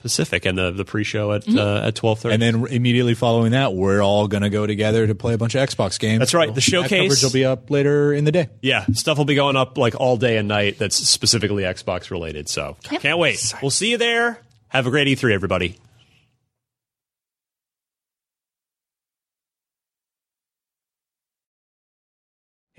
Speaker 1: Pacific, and the the pre show at uh, at twelve thirty.
Speaker 2: And then immediately following that, we're all going to go together to play a bunch of Xbox games.
Speaker 1: That's right, the
Speaker 2: That
Speaker 1: showcase.
Speaker 2: coverage will be up later in the day.
Speaker 1: yeah, stuff will be going up like all day and night. That's specifically Xbox related. So can't wait. We'll see you there. Have a great E three, everybody.